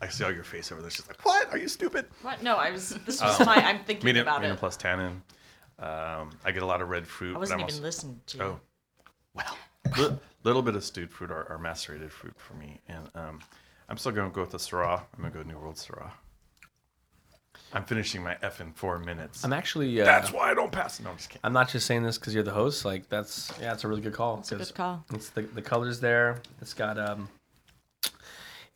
I see all your face over there. She's like, "What? Are you stupid?"
What? No, I was. This was
Oh.
my. I'm thinking
Medium,
about
medium
it.
plus tannin. Um, I get a lot of red fruit.
I
but
wasn't
I'm
even
also-
listening to you.
Oh, well, li- little bit of stewed fruit or, or macerated fruit for me, and um, I'm still going to go with the Syrah. I'm going to go New World Syrah. I'm finishing my F in four minutes.
I'm actually. Uh,
That's why I don't pass. No, I'm just kidding.
I'm not just saying this because you're the host. Like that's yeah, that's a really good call. It's
a good call.
It's the the colors there. It's got um.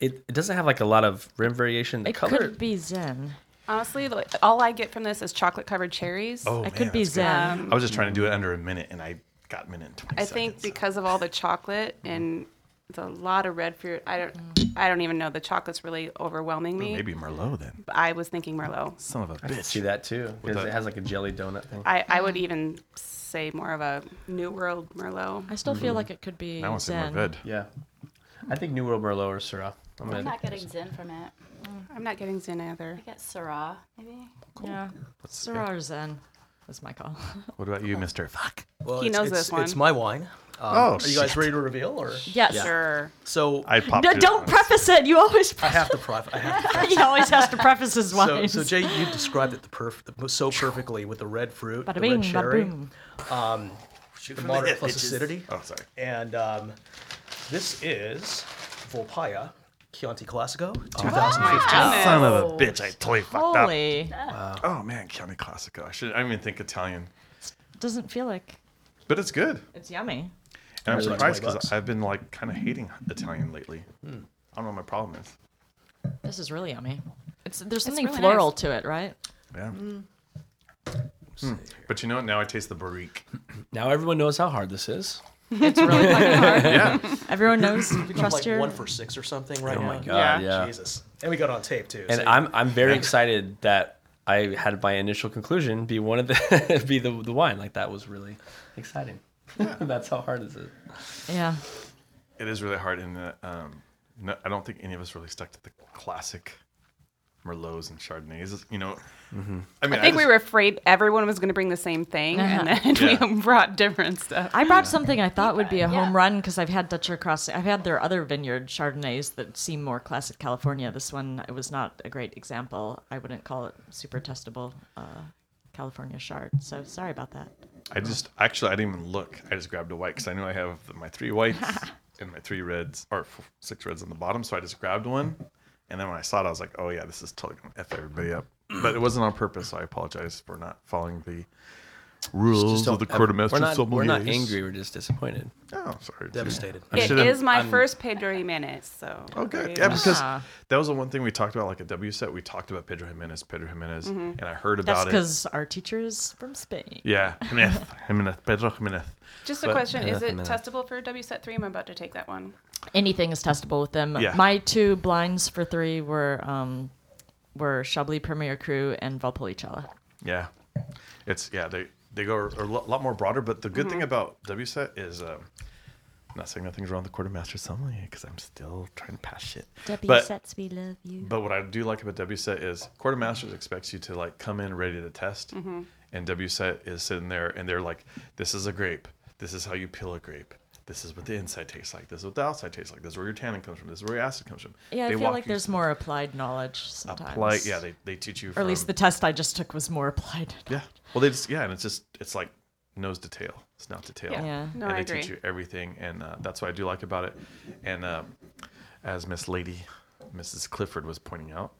It, it doesn't have like a lot of rim variation. The
It
color
could be Zen.
Honestly, like, all I get from this is chocolate covered cherries.
Oh,
it could
man,
be
that's good.
Zen.
I was just trying to do it under a minute, and I got a minute and twenty
I
seconds.
think because of all the chocolate and the lot of red fruit, I don't, I don't even know. The chocolate's really overwhelming me.
Mm. Oh, maybe Merlot then.
But I was thinking Merlot.
Son of a
I could see
bitch.
that too. Because
that-
it has like a jelly donut thing.
I, I
Mm.
would even say more of a New World Merlot.
I still feel like it could be
I want to say
Zen.
Merved.
yeah, I think New World Merlot or Syrah. I'm
I'm
gonna-
not getting Zen from it.
I'm not getting Zin either.
I get Syrah, maybe.
Yeah. Syrah or Zen was my call.
What about you, Mister Fuck?
Well,
He
it's-
knows
it's,
this one.
It's my wine. Um,
Oh,
are you guys ready to reveal or?
Yes.
Sure.
So I,
I popped.
No,
it. Oh,
don't preface it. You always
have to private. I have to
he always has to preface his
so,
wines.
so Jay, you described it the perf- so perfectly with the red fruit,
Bada
the
bing,
red
bada
cherry,
boom.
the moderate plus acidity,
Oh, sorry.
and um, this is Volpaya Chianti Classico
Oh.
2015.
Son of a bitch! I totally fucked up.
Oh. Holy.
Oh man, County Classico. I should. I didn't even think Italian,
Doesn't feel like
but it's good.
it's yummy.
And I'm
Really?
surprised
20
because
bucks.
I've been like kind of hating Italian lately. I don't know what my problem is.
This is really yummy. It's there's something
really
floral
nice.
to it, right?
Yeah.
Mm.
Hmm. But you know what? Now I taste the barrique.
Now everyone knows how hard this is.
It's really fucking hard.
Yeah.
Everyone knows.
I'm
Trust
like
your.
one for six or something right
Oh
now.
my god!
Yeah.
Yeah.
Jesus, and we got it on tape too.
And
so-
I'm I'm very excited that I had my initial conclusion be one of the be the the wine. Like that was really exciting. That's how hard is it.
yeah.
it is really hard. And uh, um, no, I don't think any of us really stuck to the classic Merlots and Chardonnays. You know, I mean,
I think we
just-
were afraid everyone was going to bring the same thing, and then we
Yeah.
brought different stuff.
I brought something I thought would be a home run because I've had Dutcher Crossing. I've had their other vineyard Chardonnays that seem more classic California. This one, it was not a great example. I wouldn't call it super testable uh, California Chard. So sorry about that.
I just actually I didn't even look. I just grabbed a white because I knew I have my three whites and my three reds or f- six reds on the bottom. So I just grabbed one, and then when I saw it, I was like, "Oh yeah, this is totally gonna f everybody up." But it wasn't on purpose. So I apologize for not following the rules of the quartermaster
we're not, we're not
sommeliers.
angry. We're just disappointed.
Oh, sorry.
devastated.
I
It
should've-
is my first Pedro Jimenez, so.
Oh, good. Yeah, because that was the one thing we talked about, like a W set. We talked about Pedro Jimenez, Pedro Jimenez, and I heard
That's
about it.
because our teacher is from Spain.
Yeah, Jimenez, Jimenez, Pedro Jimenez.
Just a
But-
question: Is
Yeah,
it
yeah.
testable for W set three? I'm about to take that one.
Anything is testable with them.
Yeah.
My two blinds for three were um, were Chablis Premier Cru and Valpolicella.
Yeah, it's yeah they they go are a lo- lot more broader. But the good thing about WSET is um, I'm not saying nothing's wrong with the quartermaster sommelier because I'm still trying to pass shit. but,
we love you.
but what I do like about WSET is quartermasters expects you to like come in ready to test, and WSET is sitting there and they're like, this is a grape. This is how you peel a grape. This is what the inside tastes like. This is what the outside tastes like. This is where your tannin comes from. This is where your acid comes from.
Yeah, I feel
walk
like
you
there's
through
more applied knowledge sometimes.
apply. Yeah, they, they teach you.
or at least the test I just took was more applied.
Yeah. Well, they just yeah, and it's just it's like nose to tail, snout to tail.
Yeah. Yeah.
No,
and
I
they teach
agree.
you everything, and uh, that's what I do like about it. And uh, as Miss Lady, Mrs. Clifford was pointing out,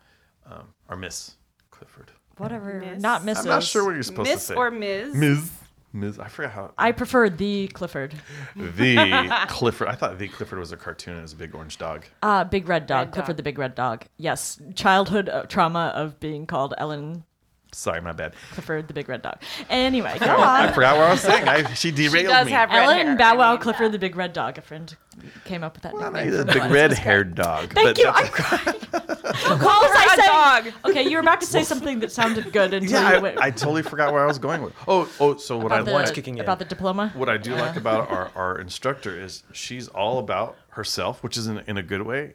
um, or Miss Clifford.
Whatever.
Miss.
Not
I'm
Mrs.
I'm not sure what you're supposed to
Miss
say.
or Ms.
Ms. Ms. I forgot how
I prefer the Clifford.
the Clifford. I thought the Clifford was a cartoon. and It was a big orange dog.
Uh, big Red Dog.
Red
Clifford
Dog.
the Big Red Dog. Yes. Childhood uh, trauma of being called Ellen
Sorry, my bad.
Clifford the Big Red Dog. Anyway, go on.
I forgot what I was saying. I, she derailed
does
me.
have red hair,
Ellen Bow
I
Wow
mean,
Clifford the Big Red Dog. A friend came up with that
Well, no,
nickname.
he's a
for
big
Ellen.
red-haired dog.
Thank
but
you.
that's-
I'm crying. Don't call us
You're a
I said-
dog.
Okay, you were about to say something that sounded good until
Yeah,
you went.
I, I totally forgot where I was going with. Oh, oh. So what I
about the-
like
One's kicking in.
about the diploma.
what I do like about our, our instructor is she's all about herself, which is in, in a good way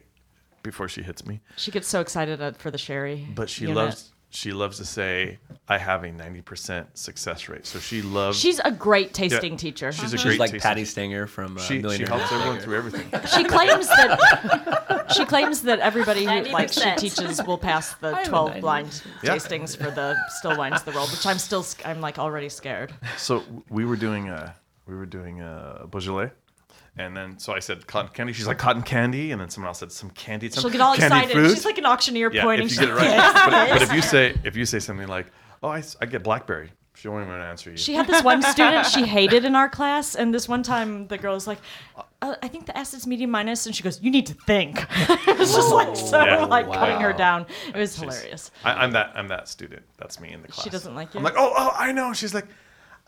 before she hits me.
She gets so excited uh, for the sherry.
But she
unit.
loves she loves to say, I have a ninety percent success rate. So she loves
She's a great tasting
Yeah.
teacher.
she's a
She's
great
like
taste.
Patty Stanger from uh,
She, she
Millionaire.
helps
Maker.
everyone through everything.
She claims that she claims that everybody who like she
90%.
teaches will pass the
a
twelve
90%.
blind
Yeah.
tastings for the still wines the world, which I'm still sc- I'm like already scared.
So we were doing uh we were doing uh Beaujolais. And then, so I said cotton candy. She's like cotton candy, and then someone else said some candy. Some
She'll get all
candy
excited.
Fruit.
She's like an auctioneer
yeah,
pointing.
if you
she's
get it
like,
right. but, but if you say if you say something like, "Oh, I, s- I get blackberry," she won't even answer you.
She had this one student she hated in our class, and this one time the girl was like, uh, "I think the acid's medium minus," and she goes, "You need to think." it was just like so,
Yeah.
like cutting her
Wow.
down. It was
She's-
hilarious.
I, I'm that. I'm that student. That's me in the class.
doesn't like
I'm
you?
like, oh, oh, I know. She's like,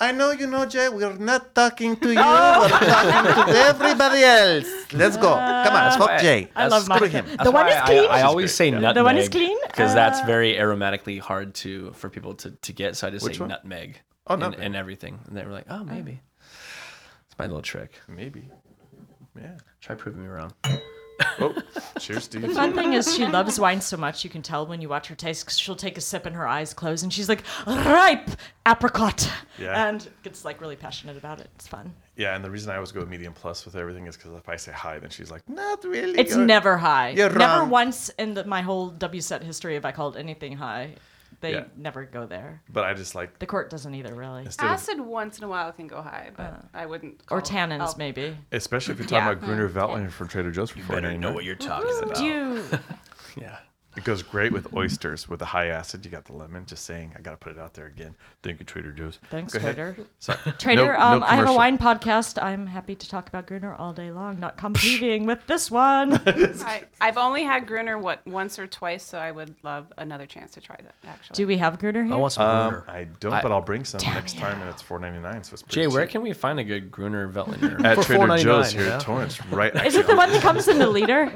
I know you know, Jay. We're not talking to you. We're talking to everybody else. Let's go. Come on, fuck Jay.
I love
screw
Monica.
him.
The
That's
one
why
is clean.
I, I always
She's
say
great,
nutmeg.
The one is clean? Uh.
because that's very aromatically hard to for people to, to get. So I just
Which
say
one?
nutmeg.
Oh,
and,
nutmeg.
and everything, and they were like, "Oh, maybe." It's my little trick.
Maybe. Yeah.
Try proving me wrong.
Oh, cheers, dude.
The fun thing is she loves wine so much you can tell when you watch her taste. she she'll take a sip and her eyes close, and she's like, "Ripe apricot,"
Yeah.
and gets like really passionate about it. It's fun.
Yeah, and the reason I always go medium plus with everything is because if I say hi, then she's like, not really.
It's
You're-
never high.
you're
never
wrong.
once in the, my whole W set history have I called anything high. They
Yeah.
never go there.
But I just like
The court doesn't either, really.
instead of,
Acid once in a while can go high, but I wouldn't.
Or
call it
tannins,
alcohol.
maybe.
especially if you're talking
Yeah.
about Gruner Veltliner from Trader Joe's for four
Better
ninety
know
nine.
what you're talking about.
Do you?
Yeah.
It goes great with oysters with the high acid. You got the lemon. Just saying, I gotta put it out there again. Thank you, Trader Joe's.
Thanks,
Go ahead.
Trader.
Sorry.
Trader,
No- no
um, I have a
commercial.
wine podcast. I'm happy to talk about Gruner all day long, not competing with this one.
I, I've only had Gruner what once or twice, so I would love another chance to try that. Actually,
Do we have Gruner here?
I want some
Um,
Gruner.
I don't, but I'll bring some next time, and it's four ninety nine. So it's pretty
Jay, where
cheap.
can we find a good Gruner Veltliner?
at
for
Trader Joe's
$4.99,
here
yeah?
in Torrance? Right.
Is it the one that comes in the leader?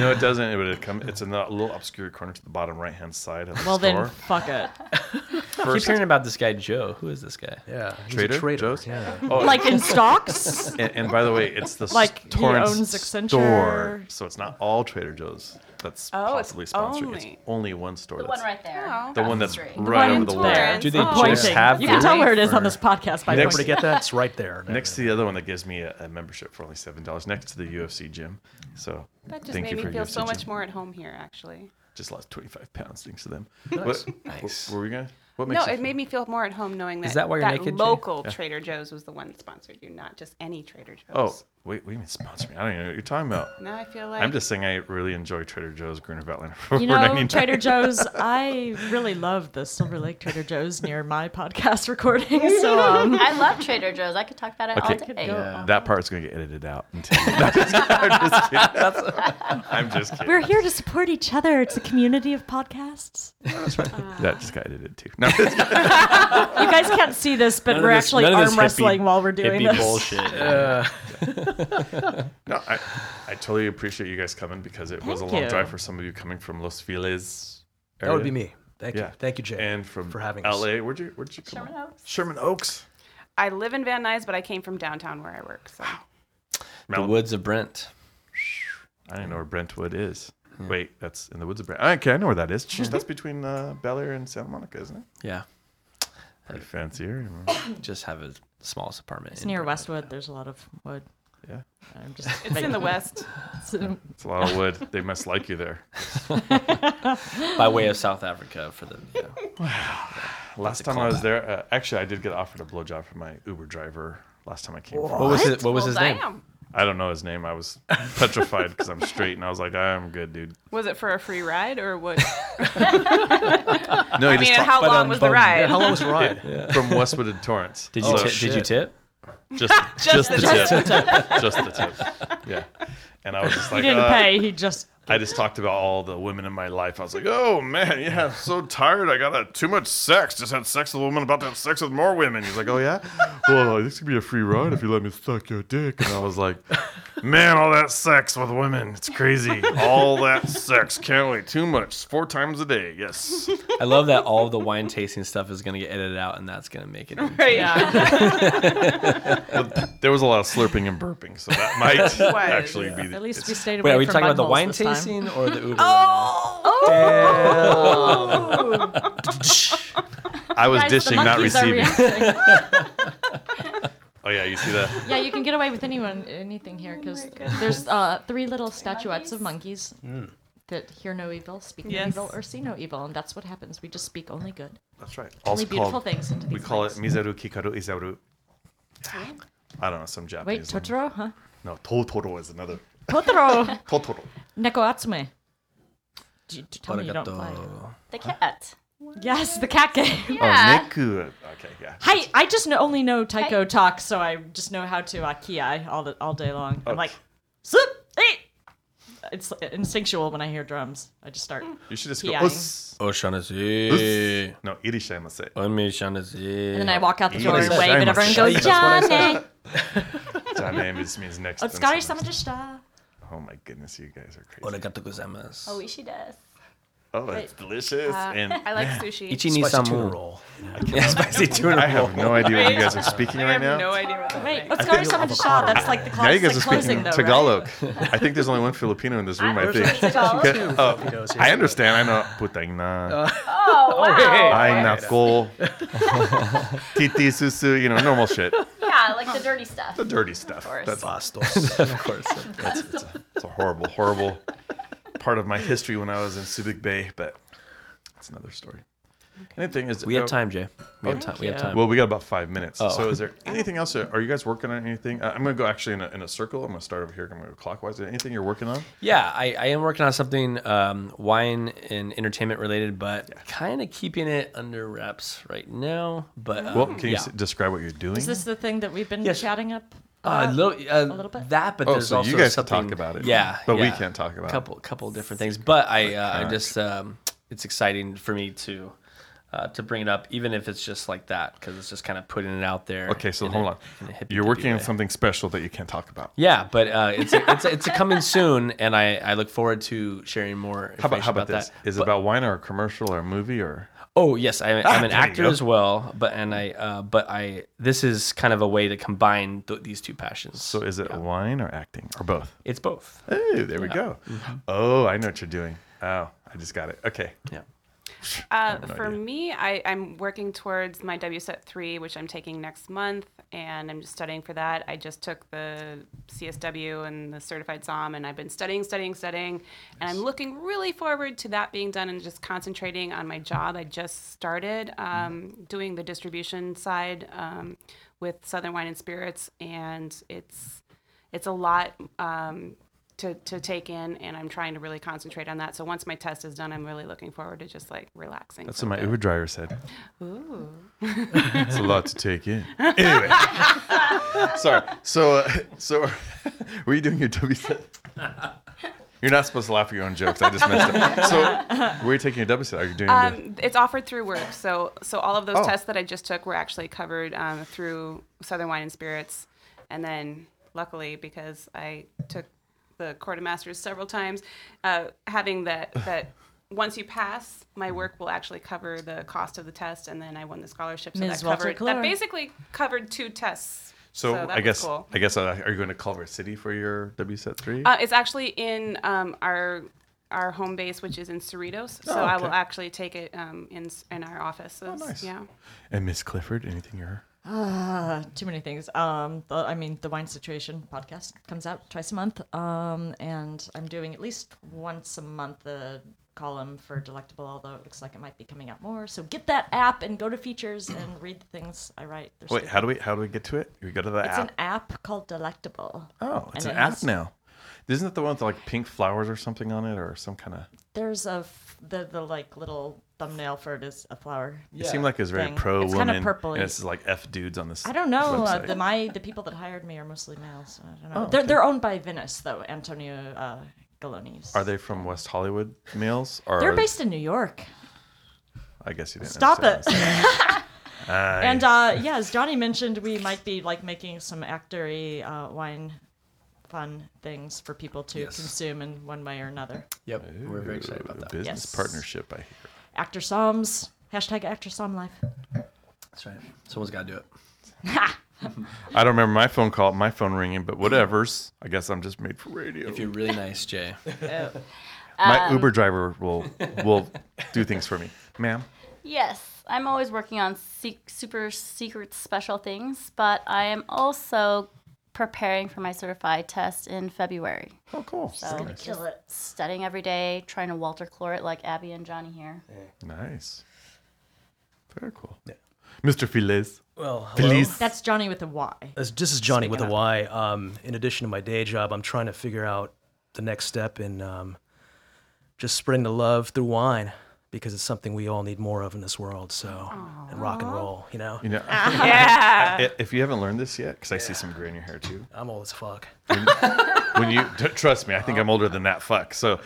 No, it doesn't. It would come. It's in that little obscure corner to the bottom right hand side of the
Well, then,
store.
fuck it.
I keep hearing about this guy Joe. Who is this guy?
Yeah, he's
Trader
a traitor.
Joe's?
Yeah.
Like in stocks?
And, and by the way, it's the
Like, he
Torrance
owns
store,
Accenture.
so it's not all Trader Joe's that's
Oh, it's
possibly sponsored. It's
only-
only one store.
The
that's,
one right there.
Oh.
the
across
one that's
street.
right
one
over
in
the wall.
Torrance.
Do they
Oh.
just
Pointing.
have
You can
Gruner?
tell where it is on this podcast by
Next-
Where to
pointing.
get that? It's right there.
Next to the other one that gives me a, a membership for only seven dollars. Next
Mm-hmm.
to the UFC gym. So
That just
thank
made
you for
me feel
UFC
so much
gym.
more at home here, actually.
Just lost twenty five pounds thanks to them.
Nice.
What,
Nice.
What were we gonna? What
No,
makes you
it
feel-
made me feel more at home knowing that
that why you're
that
naked, Jay?
local Trader Joe's was the one that sponsored you, not just any Trader Joe's.
Oh wait, what do you mean sponsor me? I don't even know what you're talking about.
now I feel like
I'm just saying I really enjoy Trader Joe's Gruner Veltliner for
You know,
4.99.
Trader Joe's. I really love the Silver Lake Trader Joe's near my podcast recording. So um,
I love Trader Joe's. I could talk about it
Okay.
all day.
That part's gonna get edited out. I'm just I'm just kidding. I'm just kidding.
we're here to support each other. It's a community of podcasts.
That just got edited too. No,
You guys can't see this, but
None of
we're
this-
actually
none of
arm
this hippie-
wrestling while we're doing
hippie
this.
bullshit.
no I, I totally appreciate you guys coming because it was a
Thank
long
you.
drive for some of you coming from Los Feliz.
That would
area.
be me. Thank
Yeah,
you. Thank you, Jay.
And from
for having us.
LA, where'd you where'd you come?
Sherman
on?
Oaks.
Sherman Oaks,
I live in Van Nuys, but I came from downtown where I work. So
The
Mount-
woods of Brent.
I don't know where Brentwood is. Wait, that's in the woods of Brent. Okay, I know where that is. Jeez, That's between uh, Bel Air and Santa Monica, isn't it?
Yeah.
Pretty fancy area. man.
Just have a smallest apartment.
It's
in
near
Brentwood.
Westwood. There's a lot of wood.
Yeah.
I'm just.
It's in the west.
the.
It's a lot of wood. they must like you there.
by way of South Africa for the. You know.
Last time I was there, uh, actually, I did get offered a blowjob from my Uber driver last time I came. From.
What was his, what was
Well,
his name?
damn.
I don't know his name. I was petrified because I'm straight, and I was like, I'm good, dude.
Was it for a free ride or what?
No, he
I mean, and how long was the ride?
How long was the ride?
from Westwood to Torrance.
um, Did you
So
ti- did you
shit.
tip?
Just, just, the, tip. just the tip. Yeah. And I was just
He
like,
didn't
uh,
pay. He just.
I just talked about all the women in my life. I was like, oh man, yeah, I'm so tired. I got uh, too much sex. Just had sex with a woman, about to have sex with more women. He's like, oh yeah? Well, this could be a free ride if you let me suck your dick. And I was like, man, all that sex with women. It's crazy. All that sex. Can't wait. Too much. Four times a day. Yes.
I love that all the wine tasting stuff is going to get edited out, and that's going to make it. in.
Right.
There was a lot of slurping and burping, so that might actually be the.
At least we stayed away
Wait, are we
from
talking about the
buttholes
wine
this time. Oh,
tasting or the Uber?
I was
Guys, the
dishing, not
monkeys are
receiving.
reacting.
Oh yeah, you see that?
Yeah, you can get away with anyone, anything here because there's uh, three little statuettes of monkeys
Hmm.
that hear no evil, speak no
Yes.
evil, or see no evil, and that's what happens. We just speak only good,
That's right.
only beautiful things into
We
these.
call it
things.
Mizaru Kikaru Izaru. I don't know, some
Wait,
Japanese. language.
Totoro, huh?
No, Totoro is another.
Totoro,
Totoro.
Neko Atsume. Do you, do- tell me you don't fly.
the cat.
Yes, the cat game.
Yeah.
Oh, Neku. Okay, yeah.
Hi, I just know, only know Taiko talk, so I just know how to Akiai all the, all day long.
Oh.
I'm like, Sup, hey! It's instinctual when I hear drums. I just start.
You should just
P.I.
go. Us.
O'Shaughnessy.
No, Irishaimase.
I'm O'Shaughnessy.
And then I walk out the door and
Jesus.
wave at everyone and go,
That's what I
Johnny!
That name is means next. and
Otsukare
something.
sama deshita.
Oh my goodness, you guys are crazy.
Arigatou gozaimasu.
Oh, she does.
Oh, it's delicious. and
I like sushi.
Ichi ni
Spicy
samu.
tuna roll.
Yeah, spicy tuna
I
roll.
have no idea what you guys are speaking
I
right
have
now.
no idea what that
Wait,
Wait,
Otsukare sama deshita. That's like the
now you
closest
guys
like
are speaking
closing though, right?
Tagalog. I think there's only one Filipino in this room. I
There's
think.
Tagalog.
Okay, oh,
Filipinos here.
I understand. I know. Putang na.
Oh, wow.
I knuckle, titi susu, you know, normal shit.
Yeah, like the dirty stuff.
The dirty stuff.
course.
That's
Bastos.
of course.
it's a horrible, horrible part of my history when I was in Subic Bay, but that's another story. Anything is
We have
oh,
time, Jay. We have time. We have time.
Well, we got about five minutes.
Oh.
So, is there anything else? Are you guys working on anything? Uh, I'm gonna go actually in a, in a circle. I'm gonna start over here. I'm gonna go clockwise. Is there anything you're working on?
Yeah, I, I am working on something um, wine and entertainment related, but kind of keeping it under wraps right now. But um,
Well, can you
yeah.
s- describe what you're doing?
Is this the thing that we've been
Yes.
chatting up?
Uh,
about?
lo- uh,
little bit?
That, but
Oh,
there's
so
also
you guys can
something,
talk about it.
Yeah,
But we
yeah.
can't talk about it.
couple couple different things. But I uh, I just um, it's exciting for me to uh, to bring it up, even if it's just like that, because it's just kind of putting it out there.
Okay, so
in
hold
a-
on.
in a hippie
You're
dippy
working on
way.
something special that you can't talk about.
Yeah, but uh, it's it's it's coming soon, and I, I look forward to sharing more.
How about how
information
about, this? Is
that.
it about wine or a commercial or a movie or?
Oh yes, I, I'm an
Ah, there you
actor
go.
as well, but and I uh, but I this is kind of a way to combine th- these two passions.
So is it wine or acting or both?
it's both.
Hey, there we go. Oh, I know what you're doing. Oh, I just got it. Okay.
Yeah.
Uh, for me, I, I'm working towards my WSET 3, which I'm taking next month, and I'm just studying for that. I just took the CSW and the certified SOM, and I've been studying, studying, studying, and I'm looking really forward to that being done and just concentrating on my job. I just started um, doing the distribution side um, with Southern Wine and Spirits, and it's it's a lot um, to, to take in and i'm trying to really concentrate on that so once my test is done i'm really looking forward to just like relaxing
That's
for
what my
a
Uber driver said.
bit. Ooh.
It's a lot to take in. Anyway. Sorry. So, uh, so were you doing your W set? You're not supposed to laugh at your own jokes. I just messed up. So, were you taking your W set? Are you doing? the-
um, it's offered through work so so all of those
Oh.
tests that i just took were actually covered um, through southern wine and spirits and then luckily because i took the quartermasters several times uh, having that that once you pass my work will actually cover the cost of the test and then i won the scholarship so
Ms.
that
Walter
covered
Clark.
that basically covered two tests
so,
that
I
was
guess
cool.
I guess uh, are you going to Culver City for your W set three?
Uh, it's actually in um, our our home base, which is in Cerritos. So I will
okay.
actually take it um, in s- in our office.
nice.
Yeah.
and Miss Clifford, anything you're
Uh, too many things. Um, the, I mean, the wine situation podcast comes out twice a month. Um, and I'm doing at least once a month a column for Delectable, although it looks like it might be coming out more. So get that app and go to features and read the things I write. They're
Wait,
stupid.
how do we how do we get to it? We go to the
It's
app.
an app called Delectable.
oh, it's
and
an
it
app
has-
now. Isn't it the one with like pink flowers or something on it, or some kind of?
There's a f- the the like little thumbnail for it is a flower.
It seemed like it was very
Thing.
pro
It's kinda
woman.
purpley.
And it's like f dudes on this.
I don't know. Uh,
website.
the my the people that hired me are mostly males. So I don't know. they're they're owned by Venice though. Antonio uh, Galonis.
Are they from West Hollywood males? Or
They're based in New York.
I guess you didn't.
Stop
understand what
it.
I was saying.
And uh, yeah, as Johnny mentioned, we might be like making some actory uh, wine fun things for people to
Yes.
consume in one way or another.
Yep, we're very excited
Ooh,
about that.
Business
Yes.
partnership. I hear.
Actor Psalms. Hashtag Actor Psalm Life.
That's right. Someone's got to do it.
I don't remember my phone call, my phone ringing, but whatever's. I guess I'm just made for radio.
If you're really nice, Jay.
Um,
my Uber driver will will do things for me, ma'am.
Yes, I'm always working on se- super secret special things, but I am also preparing for my certified test in February.
Oh, cool.
So
nice.
just studying every day, trying to Walter Clore it like Abby and Johnny here.
Nice. Very cool. Mr. Files.
Well, hello.
Files.
That's Johnny with a Y.
This, this is Johnny with
Speaking
a Y. Um, in addition to my day job, I'm trying to figure out the next step in um, just spreading the love through wine because it's something we all need more of in this world. So, and rock and roll, you know?
You know, I- if you haven't learned this yet, because I see some gray in your hair too.
I'm old as fuck.
When you t- trust me, I think I'm older than that. Fuck. So,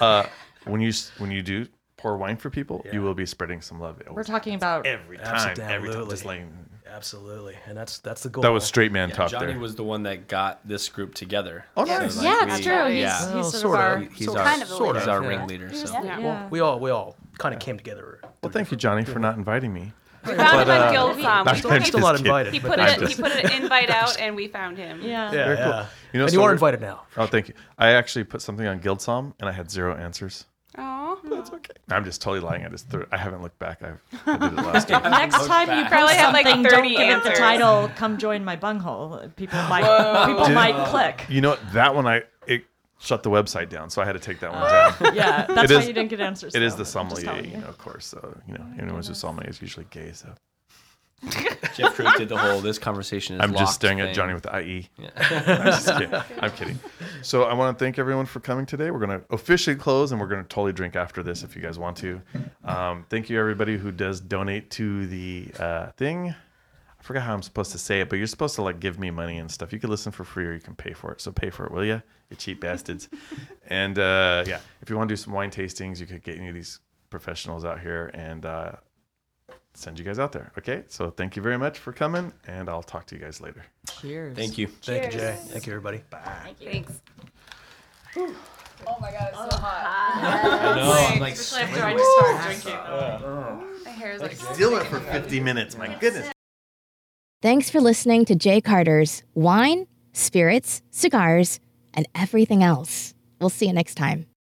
uh, when you s- when you do pour wine for people, you will be spreading some love.
We're talking about
every time, every time, just
Absolutely.
like
Absolutely. And that's that's the goal.
that was straight man talk
Johnny
there.
was the one that got this group together.
Oh, nice.
So, like,
Yeah,
we-
it's true.
yeah.
He's-
Oh,
he's sort of
sorta.
our-
He- He's
Sorta.
our,
Kind of the
he's
leader.
our
Yeah.
ringleader. So.
Yeah.
Yeah.
We all we all kind of came together.
well, thank you, Johnny, for not inviting me.
We found him on
Guild
Guild
I'm
Farm. We
just
told him
I'm
kidding.
still
to-
not invited.
He
but
put,
I'm
a, he
just-
put an invite out and we found him.
yeah.
yeah,
Very cool.
yeah.
You know,
and
so
you are
we're-
invited now.
Oh, thank you. I actually put something on Guildsom and I had zero answers.
Oh, that's okay.
I'm just totally lying. I just threw, I haven't looked back. I've, I did it last time.
Next time you
Probably
post
had, like,
something,
30
don't give it the
answers.
title "Come Join My Bunghole." People might people might click.
You know what? That one I it shut the website down, so I had to take that one down.
Yeah, that's
It
why
is-
you didn't get answers.
It is
though.
the
I'm just
sommelier,
telling
you
you.
know, of course. So you know, anyone who's a sommelier is usually gay. So
Jeff Creek did the whole this conversation is
I'm
locked
just staring
thing.
at Johnny with the IE. I'm just kidding. I'm kidding. So I want to thank everyone for coming today. We're gonna officially close, and we're gonna totally drink after this if you guys want to. Um, thank you everybody who does donate to the uh, thing. I forgot how I'm supposed to say it, but you're supposed to like give me money and stuff. You can listen for free or you can pay for it. So pay for it, will you? You cheap bastards. and uh, yeah, if you want to do some wine tastings, you could get any of these professionals out here and uh, send you guys out there. Okay, so thank you very much for coming, and I'll talk to you guys later.
Cheers.
Thank you.
Thank you, Jay. Thank you, everybody.
Thank you. Thanks.
No, Oh, I'm like,
After I just started drinking. My hair is like
Deal it for 50 minutes. My goodness.
Thanks for listening to Jay Carter's Wine, Spirits, Cigars, and Everything Else. We'll see you next time.